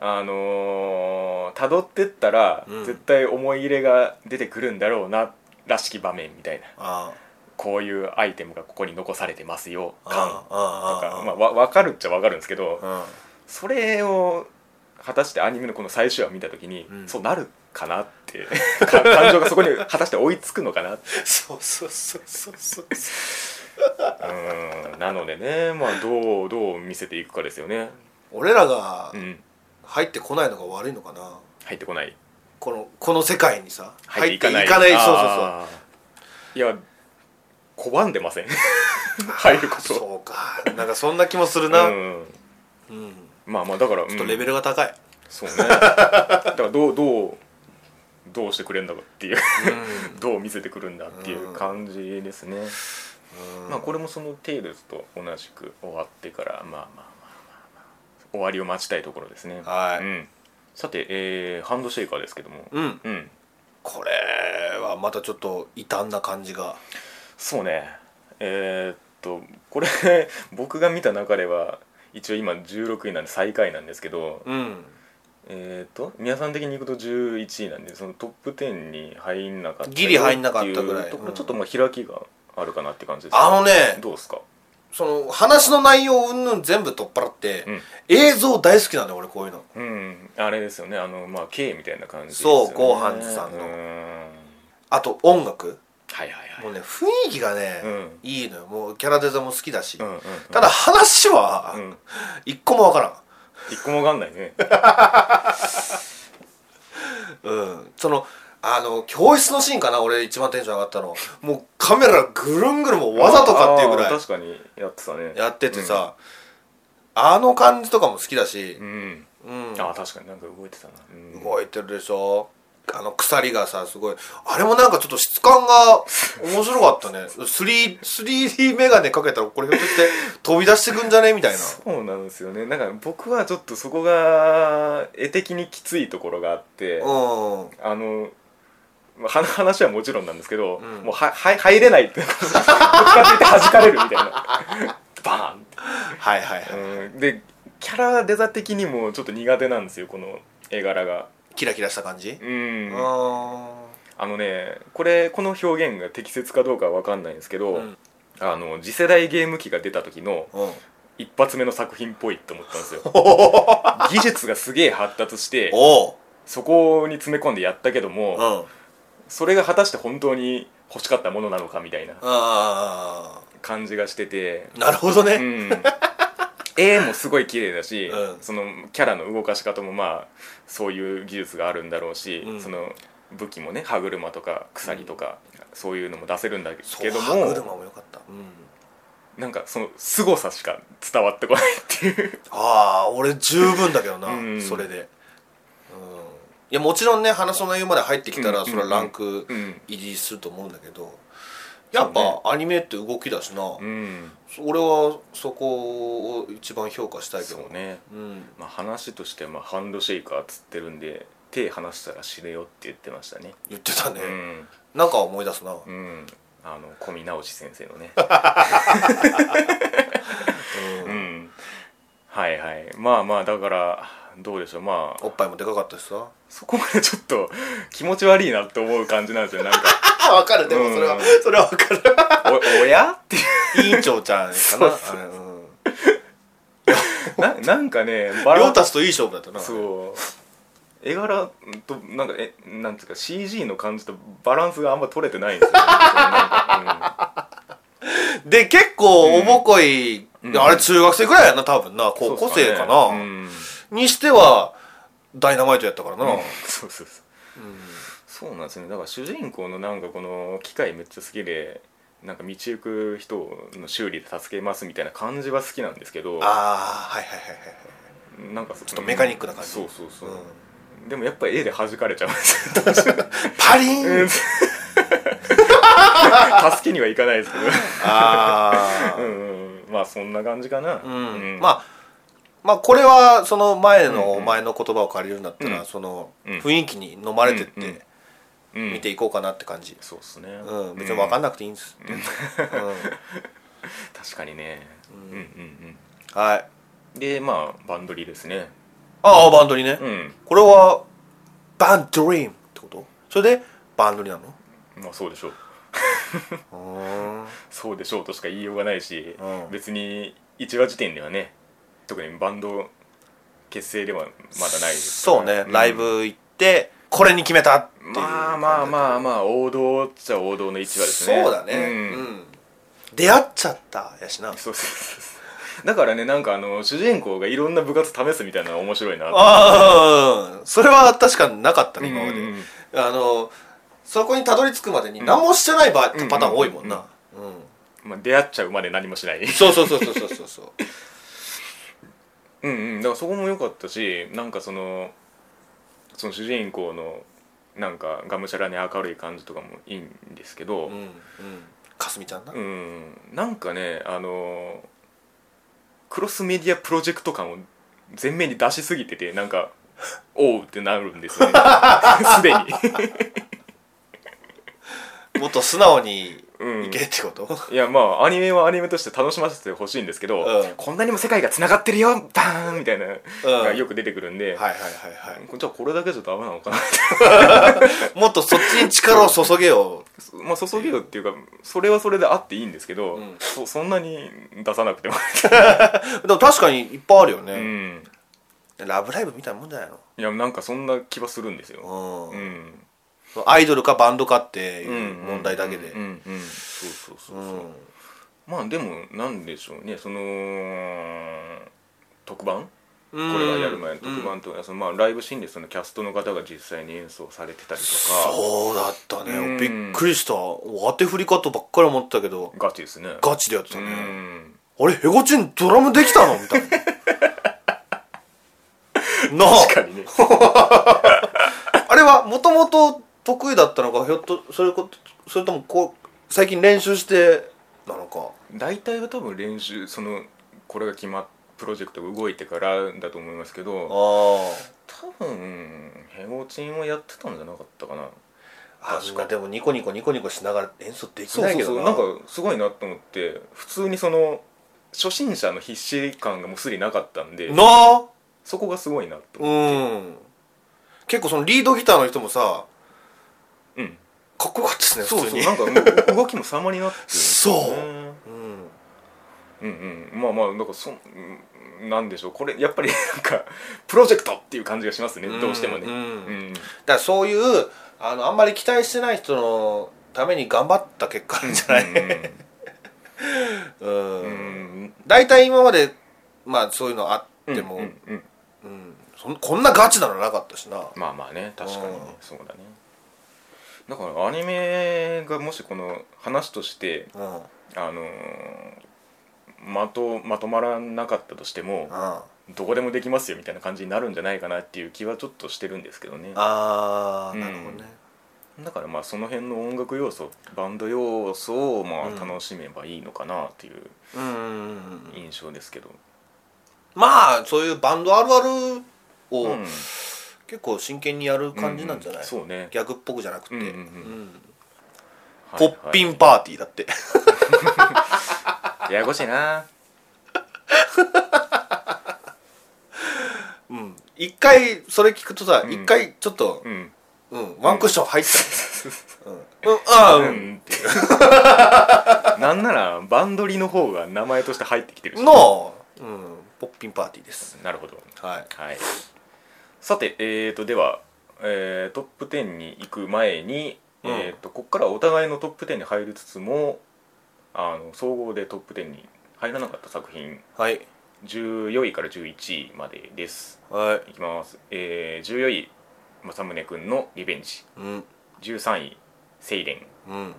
Speaker 1: あのた、どってったら、
Speaker 2: うん
Speaker 1: 絶対思い入れが出てくるんだろうならしき場面みたいな
Speaker 2: あ
Speaker 1: こういうアイテムがここに残されてますよ
Speaker 2: あ
Speaker 1: 感
Speaker 2: あ
Speaker 1: と
Speaker 2: あ
Speaker 1: か
Speaker 2: あ
Speaker 1: まあ、わ分かるっちゃ分かるんですけど、
Speaker 2: あ
Speaker 1: それを果たしてアニメのこの最終話見た時に、
Speaker 2: うん
Speaker 1: そうなるかなって か感情がそこに果たして追いつくのかなって
Speaker 2: うんそうそうそうそうそう
Speaker 1: うんなのでねまあどうどう見せていくかですよね
Speaker 2: 俺らが
Speaker 1: うん
Speaker 2: 入ってこないのが悪いのかな
Speaker 1: 入ってこない
Speaker 2: このこの世界にさ
Speaker 1: 入っていかない
Speaker 2: 入っていかないそうそうそう
Speaker 1: あーいや拒んでま せん入ることを
Speaker 2: そうかなんかそんな気もするな、うん
Speaker 1: ん、まあまあだからち
Speaker 2: ちょっとレベルが高い、
Speaker 1: そうねだからどうどうどうしてくれんだかっていう どう見せてくるんだっていう感じですね、
Speaker 2: うん
Speaker 1: まあこれもそのテイルズと同じく終わってからまあまあまあまあ、まあ、終わりを待ちたいところですね
Speaker 2: はい
Speaker 1: うん、さて、えーハンドシェイカーですけども
Speaker 2: うん
Speaker 1: うん
Speaker 2: これはまたちょっと異端な感じが
Speaker 1: そうねえーっとこれ 僕が見た中では一応今16位なんで最下位なんですけど、
Speaker 2: うん
Speaker 1: えーっと皆さん的にいくと11位なんでそのトップ10に入んなかった
Speaker 2: ギリ入んなかったぐらい
Speaker 1: ってうとこ
Speaker 2: う
Speaker 1: ろ
Speaker 2: ん
Speaker 1: ちょっとまあ開きがあるかなって感じです
Speaker 2: あのね
Speaker 1: どうですか
Speaker 2: その話の内容云々全部取っ払って、
Speaker 1: うん
Speaker 2: 映像大好きなんだよ俺こういうの
Speaker 1: うんあれですよねあのまあ K みたいな感じですよね
Speaker 2: そうゴーハンズさんの
Speaker 1: うーん
Speaker 2: あと音楽
Speaker 1: はいはいはい
Speaker 2: もうね雰囲気がね、
Speaker 1: うん
Speaker 2: いいのよもうキャラデザも好きだし、
Speaker 1: うんうんうん
Speaker 2: ただ話は
Speaker 1: うん
Speaker 2: 一個もわからん
Speaker 1: 一個もわかんないね
Speaker 2: うん、そのあの教室のシーンかな俺一番テンション上がったのもうカメラぐるんぐるんもうわざとかっていうぐら
Speaker 1: あー
Speaker 2: い
Speaker 1: 確かにやってたね
Speaker 2: やっててさ、あの感じとかも好きだし
Speaker 1: う、ん、
Speaker 2: うん
Speaker 1: あー確かになんか動いてたな、うん
Speaker 2: 動いてるでしょあの鎖がさすごいあれもなんかちょっと質感が面白かったね 3- 3D メガネかけたらこれひょっとして飛び出してくんじゃねみたいな
Speaker 1: そうなんですよねなんか僕はちょっとそこが絵的にきついところがあって、
Speaker 2: うん
Speaker 1: あのまあは話はもちろんなんですけど、
Speaker 2: うん
Speaker 1: もうはは入れないってぶつか っていて弾かれるみたいな バ
Speaker 2: はいはいはい、
Speaker 1: ーン、うん、でキャラデザ的にもちょっと苦手なんですよこの絵柄が
Speaker 2: キラキラした感じ、
Speaker 1: うん
Speaker 2: うん、は
Speaker 1: あのねこれこの表現が適切かどうかは分かんないんですけど、
Speaker 2: うん
Speaker 1: あの次世代ゲーム機が出た時の
Speaker 2: い
Speaker 1: 一発目の作品っぽいって思ったんで すよ技術がすげえ発達して
Speaker 2: おう
Speaker 1: そこに詰め込んでやったけども、
Speaker 2: うんうん
Speaker 1: それが果たして本当に欲しかったものなのかみたいな
Speaker 2: あ
Speaker 1: 感じがして て
Speaker 2: ーなるほど
Speaker 1: う
Speaker 2: ね、
Speaker 1: ん絵もすごい綺麗だし、
Speaker 2: うん
Speaker 1: そのキャラの動かし方もまあそういう技術があるんだろうし、
Speaker 2: うん
Speaker 1: その武器もね歯車とか鎖とか、そういうのも出せるんだ
Speaker 2: そう
Speaker 1: け
Speaker 2: 歯
Speaker 1: ど
Speaker 2: 車
Speaker 1: も
Speaker 2: もよかった、うん
Speaker 1: なんかその凄さしか伝わってこないっていう
Speaker 2: ああ俺十分だけどな、
Speaker 1: うん
Speaker 2: それで、うん、いやもちろんね花園優まで入ってきたら、
Speaker 1: うん
Speaker 2: それはランク
Speaker 1: うん、
Speaker 2: 入りすると思うんだけどやっぱ、
Speaker 1: そうね
Speaker 2: アニメって動きだしな、
Speaker 1: うん、
Speaker 2: 俺はそこを一番評価したいけど
Speaker 1: そうね、
Speaker 2: うん、
Speaker 1: まあ、話としてはまあハンドシェイカーっつってるんで手離したら死ぬよって言ってましたね
Speaker 2: 言ってたね、
Speaker 1: うん
Speaker 2: なんか思い出すな、うん
Speaker 1: うんあの小見直し先生のねうんはいはいまあまあだからどうでしょうまあ
Speaker 2: おっぱいもでかかったし さ
Speaker 1: そこまでちょっと気持ち悪いなって思う感じなんですよなんか
Speaker 2: あわかる
Speaker 1: でもそれは
Speaker 2: それはわかる
Speaker 1: おおやってい
Speaker 2: 委員長ちゃんかな
Speaker 1: そうそう
Speaker 2: あれうん
Speaker 1: うななんかねバ
Speaker 2: 亮
Speaker 1: ラン
Speaker 2: 太といい勝負だったな
Speaker 1: そう絵柄となんかえなんていうか CG の感じとバランスがあんま取れてないんですよ、ね、そうなんか
Speaker 2: で結構おぼこい、
Speaker 1: うん
Speaker 2: あれ中学生ぐらいやな多分
Speaker 1: う
Speaker 2: な
Speaker 1: ん
Speaker 2: 高校生かな
Speaker 1: そうっすねうん
Speaker 2: にしてはダイナマイトやったからな、
Speaker 1: うんそうそうそうそうなんですねだから主人公のなんかこの機械めっちゃ好きでなんか道行く人の修理で助けますみたいな感じは好きなんですけど
Speaker 2: ああはいはいはいはいはい
Speaker 1: なんかちょっ
Speaker 2: ちょっとメカニックな感じ
Speaker 1: そうそうそう、
Speaker 2: うん
Speaker 1: でもやっぱ絵で弾かれちゃうんですよ
Speaker 2: パリーン、
Speaker 1: うん助けにはいかないですけ
Speaker 2: ああ
Speaker 1: どうんうんうんまあそんな感じかな、
Speaker 2: うん、
Speaker 1: うん
Speaker 2: まあまあこれはその前の
Speaker 1: うん
Speaker 2: お前の言葉を借りるんだったら、
Speaker 1: うん
Speaker 2: その
Speaker 1: うん
Speaker 2: 雰囲気に飲まれてっ
Speaker 1: うん
Speaker 2: て
Speaker 1: うん
Speaker 2: 見ていこうかなって感じ、
Speaker 1: そうっすね
Speaker 2: うん別に分かん
Speaker 1: ない、
Speaker 2: なくていいんです、うん
Speaker 1: 確かにね、うん、うんうん
Speaker 2: はい
Speaker 1: でまあバンドリですね
Speaker 2: ああバンドリね、
Speaker 1: うん
Speaker 2: これはバンドリームってことそれでバンドリなの
Speaker 1: まあそうでしょう
Speaker 2: うーん
Speaker 1: そうでしょうとしか言いようがないし、
Speaker 2: うん
Speaker 1: 別に1話時点ではね特にバンド結成ではまだないですから
Speaker 2: そうね、
Speaker 1: ん
Speaker 2: ライブ行ってこれに決めたっていう
Speaker 1: まあまあまあまあ王道っちゃ王道の1話ですね
Speaker 2: そうだね、
Speaker 1: う
Speaker 2: うんん出会っちゃったやしな
Speaker 1: そうそうそうだからねなんかあの主人公がいろんな部活試すみたいなのが面白いなあ
Speaker 2: ああそれは確かなかったね今まで、
Speaker 1: うん
Speaker 2: あのそこにたどり着くまでに何もしてない場合、
Speaker 1: うん
Speaker 2: パターン多いもんな、うん
Speaker 1: まあ、出会っちゃうまで何もしない
Speaker 2: そうそうそうそうそうそう
Speaker 1: うんうんだからそこも良かったしなんかそのその主人公のなんかがむしゃらに明るい感じとかもいいんですけど、
Speaker 2: うんうんかすみちゃんな、
Speaker 1: うんなんかねあのークロスメディアプロジェクト感を前面に出しすぎててなんか「おう」ってなるんです よねすでに
Speaker 2: もっと素直に
Speaker 1: うん
Speaker 2: いけってこと、
Speaker 1: いやまあアニメはアニメとして楽しませてほしいんですけど、
Speaker 2: うん
Speaker 1: こんなにも世界がつながってるよバーンみたいな、がよく出てくるんで、
Speaker 2: はいはいはいはい
Speaker 1: じゃあこれだけじゃダメなのかな
Speaker 2: もっとそっちに力を注 げよ
Speaker 1: まあ注げよっていうかそれはそれであっていいんですけど、
Speaker 2: うん
Speaker 1: そそんなに出さなくても、
Speaker 2: でも確かにいっぱいあるよ
Speaker 1: う
Speaker 2: ね、
Speaker 1: ん、
Speaker 2: ラブライブみたいなもんじゃないの
Speaker 1: いやなんかそんな気はするんですよ、
Speaker 2: う、
Speaker 1: うんん、
Speaker 2: アイドルかバンドかっていう問題だけで
Speaker 1: うんうんうんうんそうそうそう
Speaker 2: う
Speaker 1: そうんまあでもなんでしょうねその特番
Speaker 2: こ
Speaker 1: これはやる前の特番とか、そのまあライブシーンでそのキャストの方が実際に演奏されてたりとか
Speaker 2: そうだったね、
Speaker 1: うん
Speaker 2: びっくりした当て振りかとばっかり思ってたけど
Speaker 1: ガチですね
Speaker 2: ガチでやってた
Speaker 1: う
Speaker 2: ね、
Speaker 1: ん
Speaker 2: あれヘゴチンドラムできたのみたい なな
Speaker 1: 確かにね
Speaker 2: ああれはもともと得意だったのかひょっとそれこそれともこう最近練習してなのか
Speaker 1: 大体は多分練習そのこれが決まっプロジェクトが動いてからだと思いますけ
Speaker 2: あ
Speaker 1: ど
Speaker 2: あ
Speaker 1: 多分ヘゴチンをやってたんじゃなかったかな
Speaker 2: あ
Speaker 1: 確
Speaker 2: ん
Speaker 1: か
Speaker 2: なでもニコニコニコニコしながら演奏でき
Speaker 1: そう
Speaker 2: ない
Speaker 1: そう
Speaker 2: けど
Speaker 1: そう
Speaker 2: な
Speaker 1: なんかすごいなと思って普通にその初心者の必死感がもうすでになかったんで
Speaker 2: なあ
Speaker 1: そこがすごいなと思
Speaker 2: うん結構そのリードギターの人もさ
Speaker 1: う、うん、
Speaker 2: かっこよかったですね
Speaker 1: そう
Speaker 2: 普通
Speaker 1: そう
Speaker 2: に
Speaker 1: なんかも う動きも様になってるんですよ
Speaker 2: そう
Speaker 1: ね
Speaker 2: うん
Speaker 1: うんうんまあまあなんかそうんなんでしょうこれやっぱりなんかプロジェクトっていう感じがしますねどうしてもね
Speaker 2: ん
Speaker 1: うん、
Speaker 2: だからそういうあのあんまり期待してない人のために頑張った結果なんじゃないうん
Speaker 1: うんうん
Speaker 2: 大体今までまあそういうのあっても、
Speaker 1: う
Speaker 2: うん
Speaker 1: うんんうん
Speaker 2: そんこんなガチなのなかったしな
Speaker 1: まあまあね確かにね
Speaker 2: うん
Speaker 1: そうだねだからアニメがもしこの話として
Speaker 2: うんうん
Speaker 1: あのーまとまとまらなかったとしても
Speaker 2: あ
Speaker 1: どこでもできますよみたいな感じになるんじゃないかなっていう気はちょっとしてるんですけどね
Speaker 2: あーなるほどね、
Speaker 1: だからまあその辺の音楽要素バンド要素をまあ
Speaker 2: うん
Speaker 1: 楽しめばいいのかなっていう
Speaker 2: うんうんうんうん
Speaker 1: 印象ですけど、
Speaker 2: まあそういうバンドあるあるを
Speaker 1: うん
Speaker 2: 結構真剣にやる感じなんじゃない、
Speaker 1: うんそうね
Speaker 2: 逆っぽくじゃなくて、
Speaker 1: うんうんうん
Speaker 2: うん
Speaker 1: はい
Speaker 2: ポ
Speaker 1: はい
Speaker 2: ッピンパーティーだって
Speaker 1: ややこしいな
Speaker 2: うん一回それ聞くとさ
Speaker 1: うん
Speaker 2: 一、回ちょっと、
Speaker 1: うん
Speaker 2: うん、ワンクッション入った、うんうん、ああ
Speaker 1: う
Speaker 2: うん
Speaker 1: んっていう なんならバンドリの方が名前として入ってきてるし
Speaker 2: の、うん、ポッピンパーティーです
Speaker 1: なるほど
Speaker 2: はい
Speaker 1: はいさてえーとでは、えートップ10に行く前に、
Speaker 2: うん
Speaker 1: えーとここからはお互いのトップ10に入りつつもあの総合でトップ10に入らなかった作品
Speaker 2: はい
Speaker 1: 14位から11位までです
Speaker 2: はい
Speaker 1: いきます、えー、14位政宗君の「リベンジ
Speaker 2: うん」
Speaker 1: 13位「セイレン
Speaker 2: うん」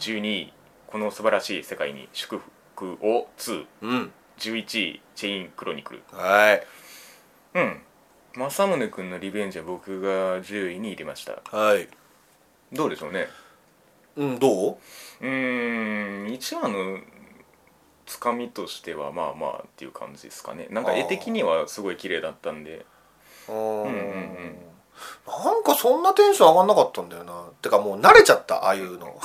Speaker 1: 12位「この素晴らしい世界に祝福を2」
Speaker 2: うん
Speaker 1: 11位「チェイン・クロニクル
Speaker 2: はい」
Speaker 1: うん政宗君の「リベンジ」は僕が10位に入れました
Speaker 2: はい
Speaker 1: どうでしょうね
Speaker 2: うんどう
Speaker 1: うーん一話のつかみとしてはまあまあっていう感じですかねなんか絵的にはすごい綺麗だったん で
Speaker 2: うん
Speaker 1: うんうん
Speaker 2: なんかそんなテンション上がんなかったんだよなてかもう慣れちゃったああいうの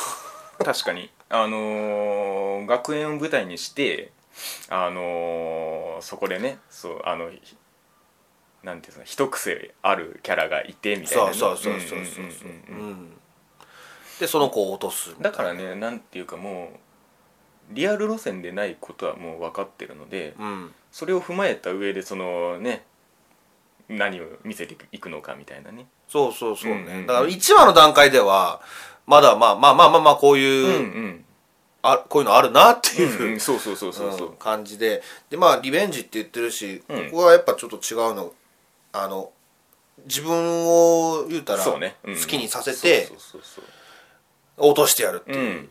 Speaker 1: 確かにあのー学園を舞台にしてあのーそこでねそうあのひなんていうんですか一癖あるキャラがいてみたいな
Speaker 2: そ
Speaker 1: ね
Speaker 2: うそうそうそうそうそ
Speaker 1: んん
Speaker 2: う
Speaker 1: うんうん
Speaker 2: うんでその子を落とすみたいな
Speaker 1: だからねなんていうかもうリアル路線でないことはもう分かってるので
Speaker 2: うん
Speaker 1: それを踏まえた上でそのね何を見せていくのかみたいなね
Speaker 2: そうそうそうね、
Speaker 1: うんうんうん
Speaker 2: だから1話の段階ではまだまあまあまあまあまあこういうう、
Speaker 1: ん
Speaker 2: あこういうのあるなって
Speaker 1: う
Speaker 2: い
Speaker 1: ん
Speaker 2: う、
Speaker 1: うんそうそうそうそうそう
Speaker 2: うん感じででまあリベンジって言ってるし、
Speaker 1: うん
Speaker 2: ここはやっぱちょっと違うのあの自分を言うたら
Speaker 1: そう
Speaker 2: 好
Speaker 1: ね、うんうん
Speaker 2: きにさせて
Speaker 1: そうそうそう
Speaker 2: 落としてやるって
Speaker 1: そうう
Speaker 2: いう、
Speaker 1: ん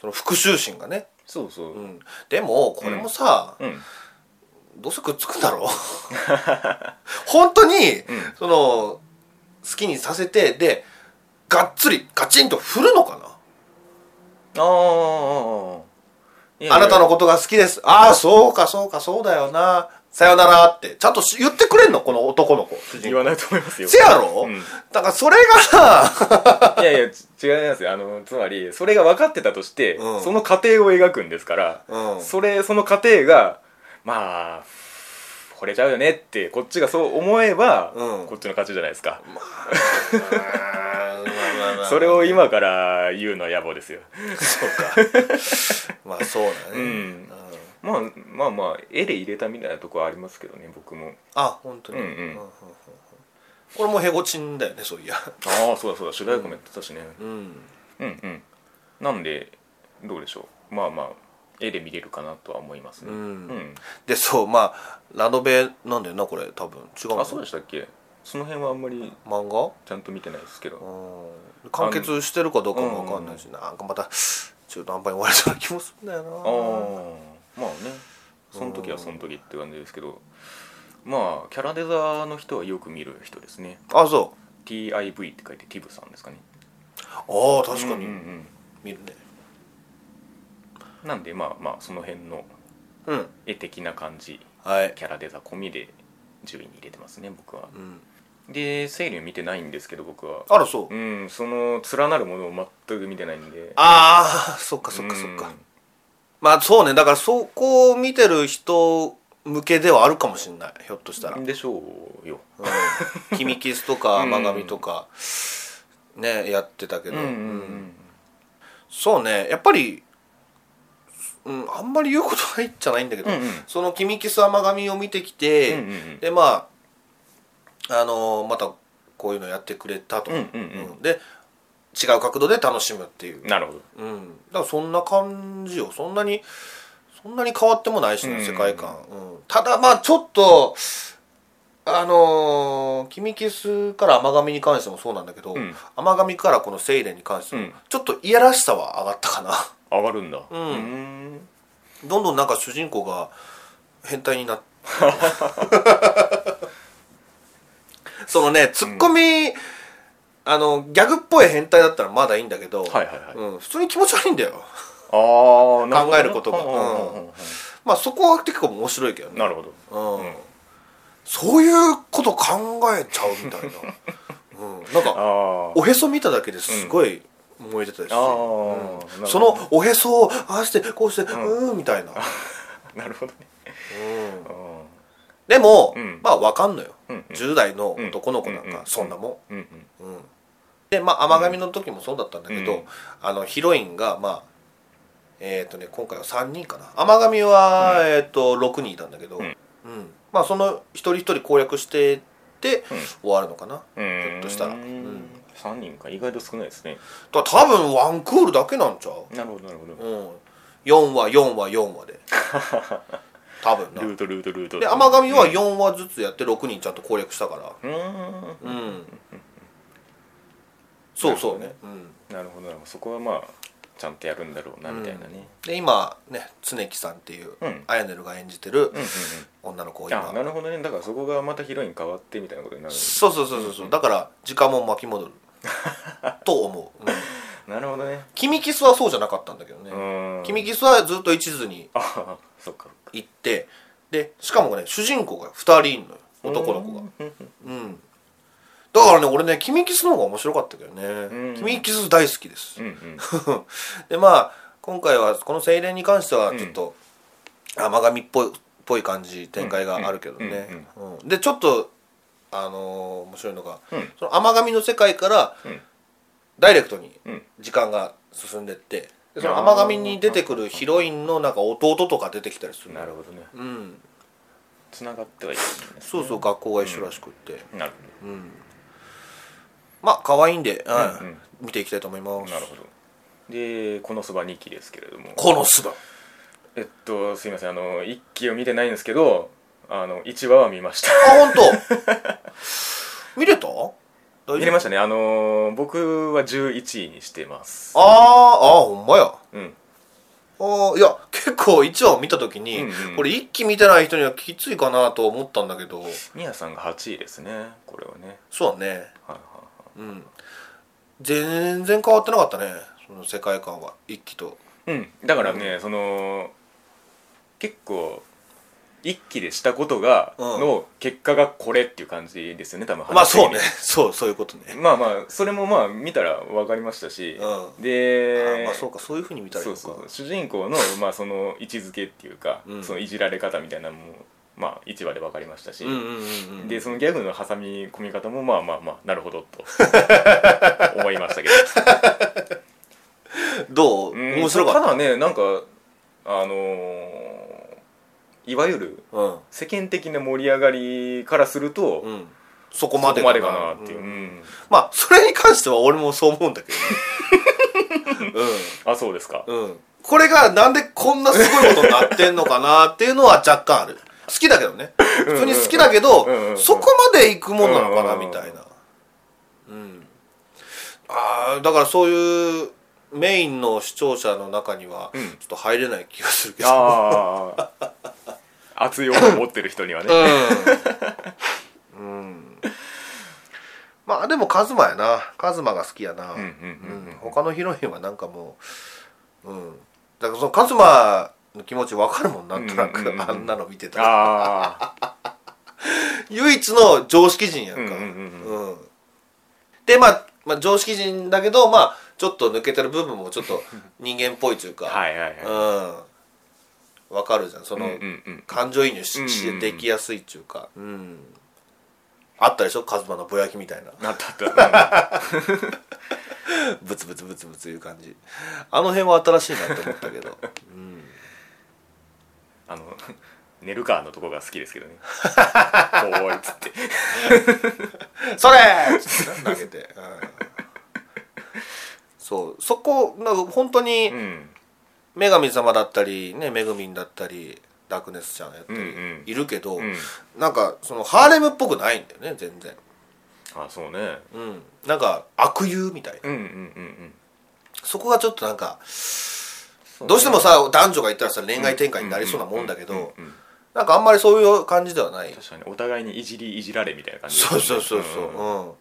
Speaker 2: その復讐心がね、、
Speaker 1: そうそううん
Speaker 2: でもこれもさ、
Speaker 1: うん
Speaker 2: どうせくっつくんだろう 本当に、
Speaker 1: ん
Speaker 2: その好きにさせてでがっつりガチンと振るのかな
Speaker 1: ああいやいや
Speaker 2: あなたのことが好きです。ああ、そうか、そうか、そうだよな。さよならって。ちゃんとし言ってくれんのこの男の子。主人
Speaker 1: 言
Speaker 2: 公
Speaker 1: わないと思いますよ
Speaker 2: せやろ、
Speaker 1: うん
Speaker 2: だからそれ がさ、
Speaker 1: いやいやち違いますよあのつまりそれが分かってたとして、
Speaker 2: うん
Speaker 1: その過程を描くんですから、
Speaker 2: うん
Speaker 1: それその過程がまあ惚れちゃうよねってこっちがそう思えば、
Speaker 2: うん
Speaker 1: こっちの勝ちじゃないですか、そ
Speaker 2: それ
Speaker 1: れ
Speaker 2: を、
Speaker 1: を今から言うのは野暮ですよ
Speaker 2: まあそうだね。
Speaker 1: うん
Speaker 2: うん
Speaker 1: まあまあまあ絵で入れたみたいなとこはありますけどね僕も
Speaker 2: あ、本当に。
Speaker 1: うんうん
Speaker 2: んんんこれもヘゴチンだよね、そういや。
Speaker 1: ああそうだそうだ主題歌もやってたしね
Speaker 2: うん。
Speaker 1: うんうんなんでどうでしょうまあまあ絵で見れるかなとは思いますね
Speaker 2: うん
Speaker 1: うん
Speaker 2: で、そう、まあ、ラノベなんだよな、これ、多分。違うの
Speaker 1: あそうでしたっけその辺はあんまり
Speaker 2: 漫画
Speaker 1: ちゃんと見てないですけど
Speaker 2: うん完結してるかどうかも分かんないし、なんかまた中途半端に終わりそうな気もするんだよな
Speaker 1: ああまあねその時はその時って感じですけどまあキャラデザの人はよく見る人ですね
Speaker 2: あそ
Speaker 1: TIV って書いて TIV さんですかね
Speaker 2: ああ確か
Speaker 1: うんう
Speaker 2: に
Speaker 1: ん
Speaker 2: 見るね
Speaker 1: うんなんでまあまあその辺の
Speaker 2: うん、
Speaker 1: 絵的な感じ
Speaker 2: はい、
Speaker 1: キャラデザ込みで10位に入れてますね僕は
Speaker 2: うん、
Speaker 1: でセイリン見てないんですけど僕は
Speaker 2: あらそう、
Speaker 1: うんその連なるものを全く見てないんで
Speaker 2: ああそっかそっかそっか、まあそうねだからそこを見てる人向けではあるかもしれないひょっとしたら、
Speaker 1: う
Speaker 2: うんん
Speaker 1: でしょうよ
Speaker 2: キミキスとか
Speaker 1: うん
Speaker 2: マガミとか、ねやってたけ
Speaker 1: うん
Speaker 2: ど、
Speaker 1: うん
Speaker 2: うんそうねやっぱり、うん、あんまり言うことないんじゃないんだけど、
Speaker 1: うんうん
Speaker 2: そのキミキス甘神を見てきて、
Speaker 1: うんうんうん
Speaker 2: でまああのまたこういうのやってくれたと、
Speaker 1: うんうんうん
Speaker 2: うんで違う角度で楽しむっていう
Speaker 1: うんなるほど
Speaker 2: うん、だからそんな感じよそんなにそんなに変わってもないしね、
Speaker 1: うん
Speaker 2: 世界観、うん、ただまあちょっとあのー「君キス」から「甘神」に関してもそうなんだけど、
Speaker 1: うん
Speaker 2: 甘神からこの「セイレン」に関しても、
Speaker 1: うん
Speaker 2: ちょっといやらしさは上がったかな
Speaker 1: 上がるんだうんーん
Speaker 2: どんどんなんか主人公が変態になって そのねツッコミ、あのギャグっぽい変態だったらまだいいんだけど、
Speaker 1: はいはいはい
Speaker 2: うん、普通に気持ち悪いんだよ
Speaker 1: ああなるほどね
Speaker 2: 考えることが
Speaker 1: うんうんうん
Speaker 2: まあそこは結構面白いけど
Speaker 1: うん
Speaker 2: ね
Speaker 1: なるほど
Speaker 2: うん
Speaker 1: うん
Speaker 2: そういうこと考えちゃうみたいな、 うん、なんか
Speaker 1: あ
Speaker 2: おへそ見ただけですごい燃えてたし、
Speaker 1: あああ
Speaker 2: そのおへそをああしてこうして
Speaker 1: ん
Speaker 2: うーんみ たいな、うん、
Speaker 1: なるほどねうん
Speaker 2: でも、
Speaker 1: うん
Speaker 2: まあわかんのよ、
Speaker 1: うんうん
Speaker 2: 10代の男の子なん
Speaker 1: うんう
Speaker 2: か
Speaker 1: ん
Speaker 2: そんなも
Speaker 1: うんうん
Speaker 2: ん、うんでまあ甘神の時もそうだったんだけど、
Speaker 1: うん
Speaker 2: あのヒロインがまあえっ、とね今回は3人かな甘神は、えっと6人いたんだけど、
Speaker 1: う
Speaker 2: うんんまあその一人一人攻略してって
Speaker 1: うん
Speaker 2: 終わるのかな、
Speaker 1: ひょ
Speaker 2: っとしたらうん
Speaker 1: 3人か意外と少ないですね
Speaker 2: だから多分ワンクールだけなんちゃう、
Speaker 1: なるほどなるほど
Speaker 2: うん、4話4話4話 で多分な
Speaker 1: ルートルートルート
Speaker 2: で甘神は4話ずつやって6人ちゃんと攻略したから
Speaker 1: うーん
Speaker 2: うんそうそうね、うん、
Speaker 1: なるほどなるほどそこはまあちゃんとやるんだろうなみたいなね
Speaker 2: で今ね常木さんっていう、
Speaker 1: うん
Speaker 2: アヤネルが演じてる
Speaker 1: うんうん
Speaker 2: 女の子を
Speaker 1: うんあな
Speaker 2: 今
Speaker 1: るほどねだからそこがまたヒロイン変わってみたいなことになる
Speaker 2: そうそうそうそうそうだから時間も巻 き戻ると思う、うん、
Speaker 1: なるほどね
Speaker 2: キミキスはそうじゃなかったんだけど
Speaker 1: う
Speaker 2: ね、
Speaker 1: ーん
Speaker 2: キミキスはずっと一途に
Speaker 1: ああそっか
Speaker 2: 行ってでしかもね主人公が2人いんのよ男の子が
Speaker 1: うん
Speaker 2: うんだからね俺ねキミキスの方が面白かったけど
Speaker 1: ん
Speaker 2: ねキミキス大好きです
Speaker 1: うんうん
Speaker 2: でまあ今回はこの「セイレン」に関してはちょっと甘神っぽいっぽい感じ展開があるけどね、うんでちょっとあのー面白いのが、
Speaker 1: うん
Speaker 2: その甘神の世界から
Speaker 1: うん
Speaker 2: ダイレクトに
Speaker 1: うん
Speaker 2: 時間が進んでってでその
Speaker 1: あー
Speaker 2: 甘神に出てくるヒロインのなんか弟とか出てきたりする
Speaker 1: なるほどね
Speaker 2: うん
Speaker 1: つながってはいるんですね
Speaker 2: そうそう学校が一緒らしくって、
Speaker 1: なる
Speaker 2: うんまあ可愛いんで、うん
Speaker 1: うんうん
Speaker 2: 見ていきたいと思いま
Speaker 1: ほ
Speaker 2: す
Speaker 1: どなるほどでこのそば2期ですけれども
Speaker 2: このすば
Speaker 1: えっとすいませんあの1期を見てないんですけどあの1話は見ま した
Speaker 2: あ本 当見れた
Speaker 1: 見れま
Speaker 2: し
Speaker 1: したねあのー僕は11位にしてます
Speaker 2: あーあーほんまや
Speaker 1: うん
Speaker 2: ああいや結構1話を見た時に、
Speaker 1: うんうん
Speaker 2: これ一気見てない人にはきついかなと思ったんだけど
Speaker 1: みやさんが8位ですねこれはね
Speaker 2: そうだね
Speaker 1: はいはい
Speaker 2: うん全然変わってなかったねその世界観は一気と
Speaker 1: はいうんだからね、その結構1期でしたことが、
Speaker 2: うん
Speaker 1: の結果がこれっていう感じですよね多分
Speaker 2: まあそうね
Speaker 1: 話
Speaker 2: そうそういうことね
Speaker 1: 的にまあまあそれもまあ見たら分かりましたし、
Speaker 2: うあ
Speaker 1: で
Speaker 2: ーまあそうかそういうふうに見たらいい
Speaker 1: そ
Speaker 2: の
Speaker 1: うそ
Speaker 2: か
Speaker 1: うそう主人公の、まあ、その位置づけっていうか、
Speaker 2: うん
Speaker 1: そのいじられ方みたいなのも、まあ、1話で分かりましたし、
Speaker 2: うんうんうんうん
Speaker 1: でそのギャグの挟み込み方もまあまあまあなるほどと思いましたけ ど
Speaker 2: どう
Speaker 1: うん
Speaker 2: 面白かった
Speaker 1: だねなんかあのーいわゆる
Speaker 2: たうん、
Speaker 1: 世間的な盛り上がりからすると、
Speaker 2: うん、そこ
Speaker 1: こ
Speaker 2: ま
Speaker 1: こ
Speaker 2: で
Speaker 1: までかなっていう、
Speaker 2: う
Speaker 1: うんん
Speaker 2: まあそれに関しては俺もそう思うんだけ どね
Speaker 1: あそうですか、
Speaker 2: うんうんこれがなんでこんなすごいことになってんのかなっていうのは若干ある 好きだけどね普通に好きだけど、
Speaker 1: うんうん
Speaker 2: そこまで行くもんなのかな
Speaker 1: うんうん
Speaker 2: みたいなうんあーだからそういうメインの視聴者の中にはち
Speaker 1: う
Speaker 2: ょ
Speaker 1: ん
Speaker 2: っと入れない気がするけど、
Speaker 1: ああ熱い思いを持ってる人にはね
Speaker 2: うん、うん、まあでもカズマやなカズマが好きやな、
Speaker 1: うんうんうん
Speaker 2: うん他のヒロインはなんかもううんだからそのカズマの気持ちわかるもんなんとなく、
Speaker 1: うんうんうんうん
Speaker 2: あんなの見てたら
Speaker 1: ああ
Speaker 2: 唯一の常識人やん
Speaker 1: うんう
Speaker 2: か
Speaker 1: んう
Speaker 2: うんでまあ、まあ、常識人だけどまあちょっと抜けてる部分もちょっ と人間っぽいというか、
Speaker 1: はいはいはい
Speaker 2: うんわかるじゃんその、
Speaker 1: うんうんうん
Speaker 2: 感情移入し,、
Speaker 1: うんうんうん
Speaker 2: できやすいっていうか、うん、あったでしょカズマのぼやきみたいな
Speaker 1: なったった
Speaker 2: ブツブツブツブツいう感じあの辺は新しいなって思ったけど
Speaker 1: あの寝るかのとこが好きですけどねおーいっつって
Speaker 2: それ投げて、うんそうそこなんか本当に
Speaker 1: うん
Speaker 2: 女神様だったりねめぐみんだったりダークネスちゃんやったり、
Speaker 1: うんうん
Speaker 2: いるけど、
Speaker 1: うん
Speaker 2: なんかそのハーレムっぽくないんだよね全然、
Speaker 1: あそうね
Speaker 2: うん、なんか悪友みたいな
Speaker 1: うんうんうん
Speaker 2: そこがちょっとなんか
Speaker 1: うん
Speaker 2: どうしてもさ男女がいたらさ恋愛展開になりそうなもんだけ
Speaker 1: う
Speaker 2: ど
Speaker 1: うんうん
Speaker 2: なんかあんまりそういう感じではない
Speaker 1: 確かにお互いにいじりいじられみたいな感じです
Speaker 2: そ
Speaker 1: ね
Speaker 2: うそうそうそ
Speaker 1: んん
Speaker 2: ううん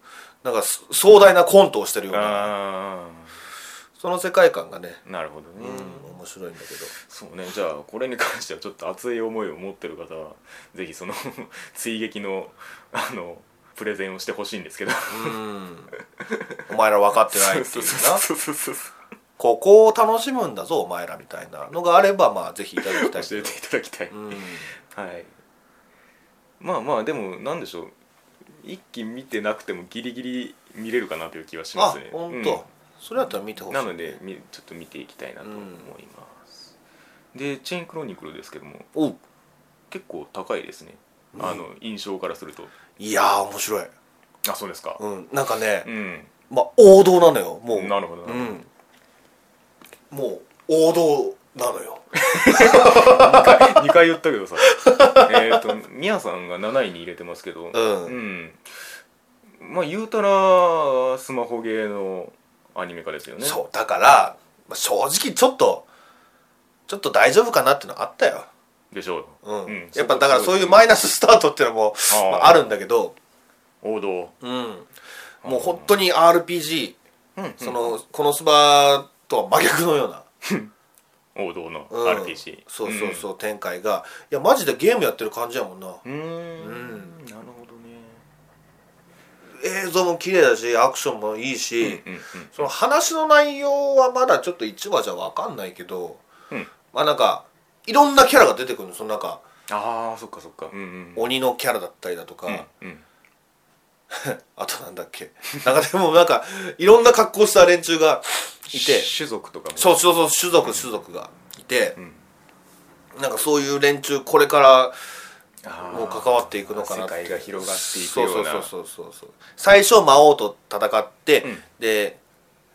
Speaker 2: なんかす壮大なコントをしてるような
Speaker 1: あ
Speaker 2: その世界観がね
Speaker 1: あなるほどね、
Speaker 2: うん面白いんだけど
Speaker 1: そうねじゃあこれに関してはちょっと熱い思いを持ってる方はぜひその追撃のあのプレゼンをしてほしいんですけど
Speaker 2: うんお前ら分かってないって
Speaker 1: そ
Speaker 2: いうう
Speaker 1: そう
Speaker 2: な
Speaker 1: そうそうそう
Speaker 2: ここを楽しむんだぞお前らみたいなのがあればまあぜひいただきたい
Speaker 1: 教
Speaker 2: け
Speaker 1: え
Speaker 2: ど
Speaker 1: ていただきたい、
Speaker 2: うん
Speaker 1: はいまあまあでもなんでしょう一気見てなくてもギリギリ見れるかなという気はしま
Speaker 2: あ
Speaker 1: すね
Speaker 2: 本
Speaker 1: うん
Speaker 2: 当それだったら見てほしい
Speaker 1: なのでみちょっと見ていきたいなと思います、で「チェーンクロニクル」ですけども
Speaker 2: おう
Speaker 1: 結構高いですね、あの印象からすると
Speaker 2: いやー面白い
Speaker 1: あそうですか
Speaker 2: うんなんかね
Speaker 1: うん、
Speaker 2: まあ王道なのよもう
Speaker 1: なるほどな
Speaker 2: う
Speaker 1: るほど
Speaker 2: んもう王道なのよ
Speaker 1: 2回言ったけどさ えっとミヤさんが7位に入れてますけど
Speaker 2: うん
Speaker 1: まあ言うたらスマホゲーのアニメ化ですよね
Speaker 2: そうだから、まあ、正直ちょっとちょっと大丈夫かなってのはあったよ、
Speaker 1: でしょう、
Speaker 2: うん
Speaker 1: うん
Speaker 2: やっぱだか
Speaker 1: そ
Speaker 2: ら
Speaker 1: こ
Speaker 2: そういうマイナススタートっていうのも
Speaker 1: あー
Speaker 2: まあ、あるんだけど、
Speaker 1: 王道
Speaker 2: うん、もう本当に RPG そのこのスバとは真逆のような、
Speaker 1: 王道の
Speaker 2: うん
Speaker 1: RPG
Speaker 2: そうそうそう、展開がいやマジでゲームやってる感じやもんな
Speaker 1: うんうーん
Speaker 2: う
Speaker 1: な
Speaker 2: ん
Speaker 1: るほどね
Speaker 2: 映像も綺麗だしアクションもいいし、
Speaker 1: うんうん
Speaker 2: その話の内容はまだちょっと1話じゃ分かんないけど、
Speaker 1: うん
Speaker 2: まあなんかいろんなキャラが出てくるのそのなんか
Speaker 1: ああそっかそっかうんうん
Speaker 2: 鬼のキャラだったりだとか、
Speaker 1: うんうん
Speaker 2: あとなんだっけなんかでもなんかいろんな格好した連中がいて
Speaker 1: 種族とかも
Speaker 2: そうそうそう種族種族がいて
Speaker 1: う、ん
Speaker 2: なんかそういう連中これから
Speaker 1: あー
Speaker 2: もう関わっていくのかな
Speaker 1: 世
Speaker 2: って
Speaker 1: 界が広がっていくような
Speaker 2: そうそうそうそうそう最初魔王と戦って、
Speaker 1: うん
Speaker 2: で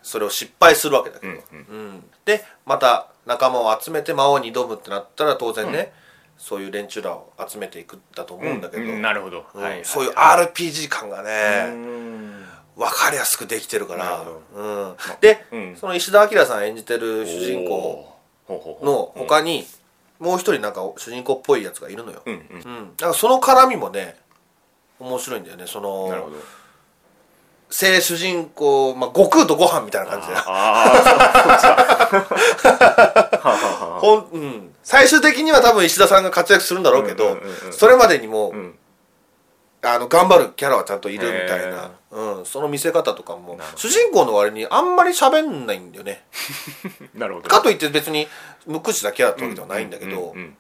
Speaker 2: それを失敗するわけだけ
Speaker 1: う
Speaker 2: ど、
Speaker 1: んうん
Speaker 2: うん、でまた仲間を集めて魔王に挑むってなったら当然ね、そういう連中らを集めていくんだと思うんだけど、
Speaker 1: うんなるほど、
Speaker 2: うん
Speaker 1: はい
Speaker 2: そういうう RPG 感が
Speaker 1: ー
Speaker 2: ね、
Speaker 1: ん
Speaker 2: 分かりやすくできてるから
Speaker 1: なるほ
Speaker 2: うん、で、
Speaker 1: うん
Speaker 2: その石田明さん演じてる主人公
Speaker 1: ほうほう
Speaker 2: の
Speaker 1: ほう
Speaker 2: 他に、もう一人なんか主人公っぽいやつがいるのよ、
Speaker 1: うんうん
Speaker 2: うんだからその絡みもね面白いんだよねそ
Speaker 1: なるほ
Speaker 2: の
Speaker 1: ど
Speaker 2: 正主人公、まあ、悟空とご飯みたいな感じで
Speaker 1: ああーそうそうかはあはあはあ
Speaker 2: ほんうん、最終的には多分石田さんが活躍するんだろうけど、
Speaker 1: うんうんうんうん
Speaker 2: それまでにも、
Speaker 1: うん
Speaker 2: あの頑張るキャラはちゃんといるみたい
Speaker 1: へ
Speaker 2: な、うん、その見せ方とかも
Speaker 1: なるほど
Speaker 2: 主人公の割にあんまり喋んないんだよね
Speaker 1: なるほど
Speaker 2: かといって別に無口だけだったわけではないんだけど、
Speaker 1: うんうんうん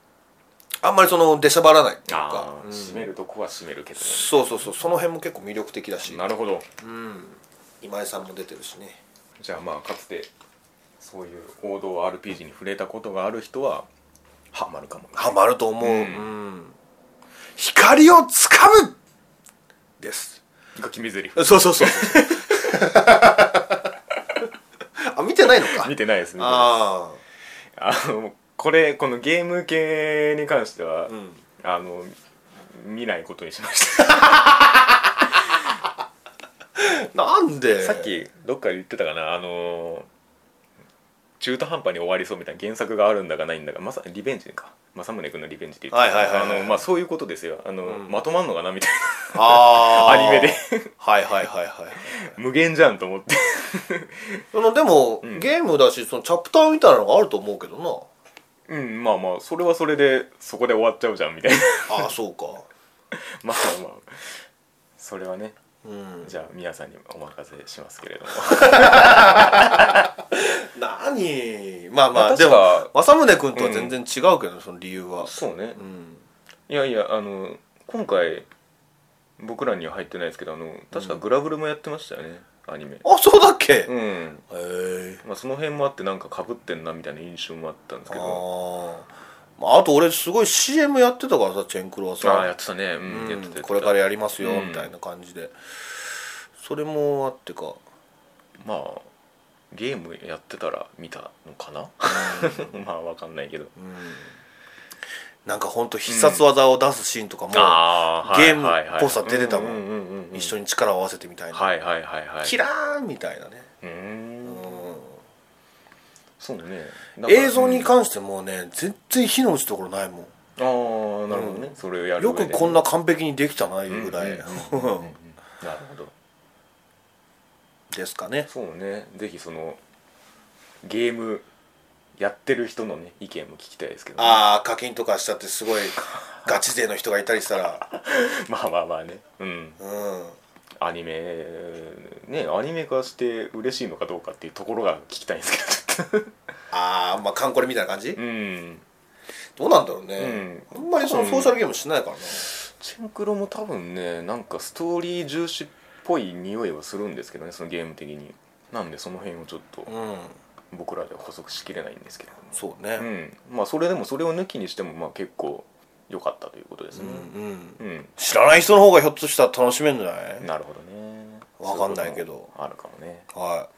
Speaker 2: あんまりその出しゃばらないっていう
Speaker 1: あ
Speaker 2: か、
Speaker 1: あ
Speaker 2: うん
Speaker 1: 締めるとこは締めるけどね
Speaker 2: そうそうそうその辺も結構魅力的だし、
Speaker 1: なるほど
Speaker 2: うん、今井さんも出てるしね
Speaker 1: じゃあまあかつてそういう王道 RPG に触れたことがある人はハマるかも
Speaker 2: ハマると思
Speaker 1: う
Speaker 2: う、
Speaker 1: ん
Speaker 2: うん光をつかむです
Speaker 1: が決め台詞
Speaker 2: そ うそうそうそう。あ、見てないのか
Speaker 1: 見。てないですね
Speaker 2: あ
Speaker 1: あのこれこのゲーム系に関しては、
Speaker 2: あ。うん。
Speaker 1: あの見ないことにしました
Speaker 2: なんで。
Speaker 1: さっ。きどっかで言ってたかなあの中途半端に終わりそうみたいな原作があるんだかないんだかまさリベンジか政宗君のリベンジで言ってた
Speaker 2: はいはいはいはい
Speaker 1: あのまあそういうことですよあの、
Speaker 2: うん
Speaker 1: まとまんのかなみたい
Speaker 2: あ
Speaker 1: な
Speaker 2: ー
Speaker 1: アニメで
Speaker 2: はいはいはいはい
Speaker 1: 無限じゃんと思って
Speaker 2: そのでも、
Speaker 1: ん
Speaker 2: ゲームだしそのチャプターみたいなのがあると思うけどな
Speaker 1: うんまあまあそれはそれでそこで終わっちゃうじゃんみたいな
Speaker 2: ああそうか
Speaker 1: まあまあそれはね
Speaker 2: うん
Speaker 1: じゃあ皆さんにお任せしますけれども
Speaker 2: 何まあま
Speaker 1: ま
Speaker 2: あ
Speaker 1: あ
Speaker 2: で
Speaker 1: 確
Speaker 2: も
Speaker 1: か
Speaker 2: 政宗君とは全然違うけど、その理由 は
Speaker 1: そうね
Speaker 2: うん
Speaker 1: いやいやあの今回僕らには入ってないですけどあの確かグラブルもやってましたよね、アニメ
Speaker 2: あそうだっけ、
Speaker 1: う
Speaker 2: へ
Speaker 1: ん
Speaker 2: え
Speaker 1: まあ、その辺もあってなんかかぶってんなみたいな印象もあったんです
Speaker 2: あ
Speaker 1: けど
Speaker 2: ーまああと俺すごい CM やってたからさチェンクロは
Speaker 1: ああや
Speaker 2: さ
Speaker 1: ってたねう、
Speaker 2: うん
Speaker 1: やってた
Speaker 2: んこれから
Speaker 1: やって
Speaker 2: やりますよ、
Speaker 1: うん
Speaker 2: みたいな感じでそれもあってか
Speaker 1: たまあゲームやってたら見たのかな まあわかんないけど
Speaker 2: なんかほんと必殺技を出すシーンとかも、
Speaker 1: あ
Speaker 2: ゲームっぽさ出てたもん
Speaker 1: ん
Speaker 2: 一緒
Speaker 1: に
Speaker 2: に力を合わせてみたいな、
Speaker 1: はいはいはいはい
Speaker 2: キラーンみたいなね、
Speaker 1: うーん
Speaker 2: う
Speaker 1: そうね
Speaker 2: ん、映像に
Speaker 1: し
Speaker 2: 関してもうね全然火の打つところないも
Speaker 1: ああーなるほどね、
Speaker 2: うん
Speaker 1: それをや
Speaker 2: ん
Speaker 1: る
Speaker 2: よ
Speaker 1: 上で
Speaker 2: くこんな完璧にできたないうぐらい、
Speaker 1: うんうんうんうんうんなるほど
Speaker 2: ですかね
Speaker 1: そうねぜひそのゲームやってる人のね意見も聞きたいですけどね、
Speaker 2: ああ課金とかしたってす ごいガチ勢の人がいたりしたら
Speaker 1: まあまあまあねうん
Speaker 2: うん
Speaker 1: アニメねアニメ化して嬉しいのかどうかっていうところが聞きたいんですけどちょ っと
Speaker 2: ああまあカンコレみたいな感じ、
Speaker 1: うん
Speaker 2: どうなんだろうね、
Speaker 1: うん
Speaker 2: あんまりその
Speaker 1: うん
Speaker 2: ソーシャルゲームしないからな、
Speaker 1: チェンクロも多分ねなんかストーリー重視っぽい匂いはするんですけどねそのゲーム的になんでその辺をちょっと
Speaker 2: うん、
Speaker 1: 僕らでは補足しきれないんですけどね
Speaker 2: そうね、
Speaker 1: うんまあそれでもそれを抜きにしてもまあ結構良かったということですね
Speaker 2: うんうん
Speaker 1: うん、
Speaker 2: 知らない人の方がひょっとしたら楽しめるんじゃない
Speaker 1: なるほどね
Speaker 2: わかんないけど
Speaker 1: そううこともあるかもね
Speaker 2: は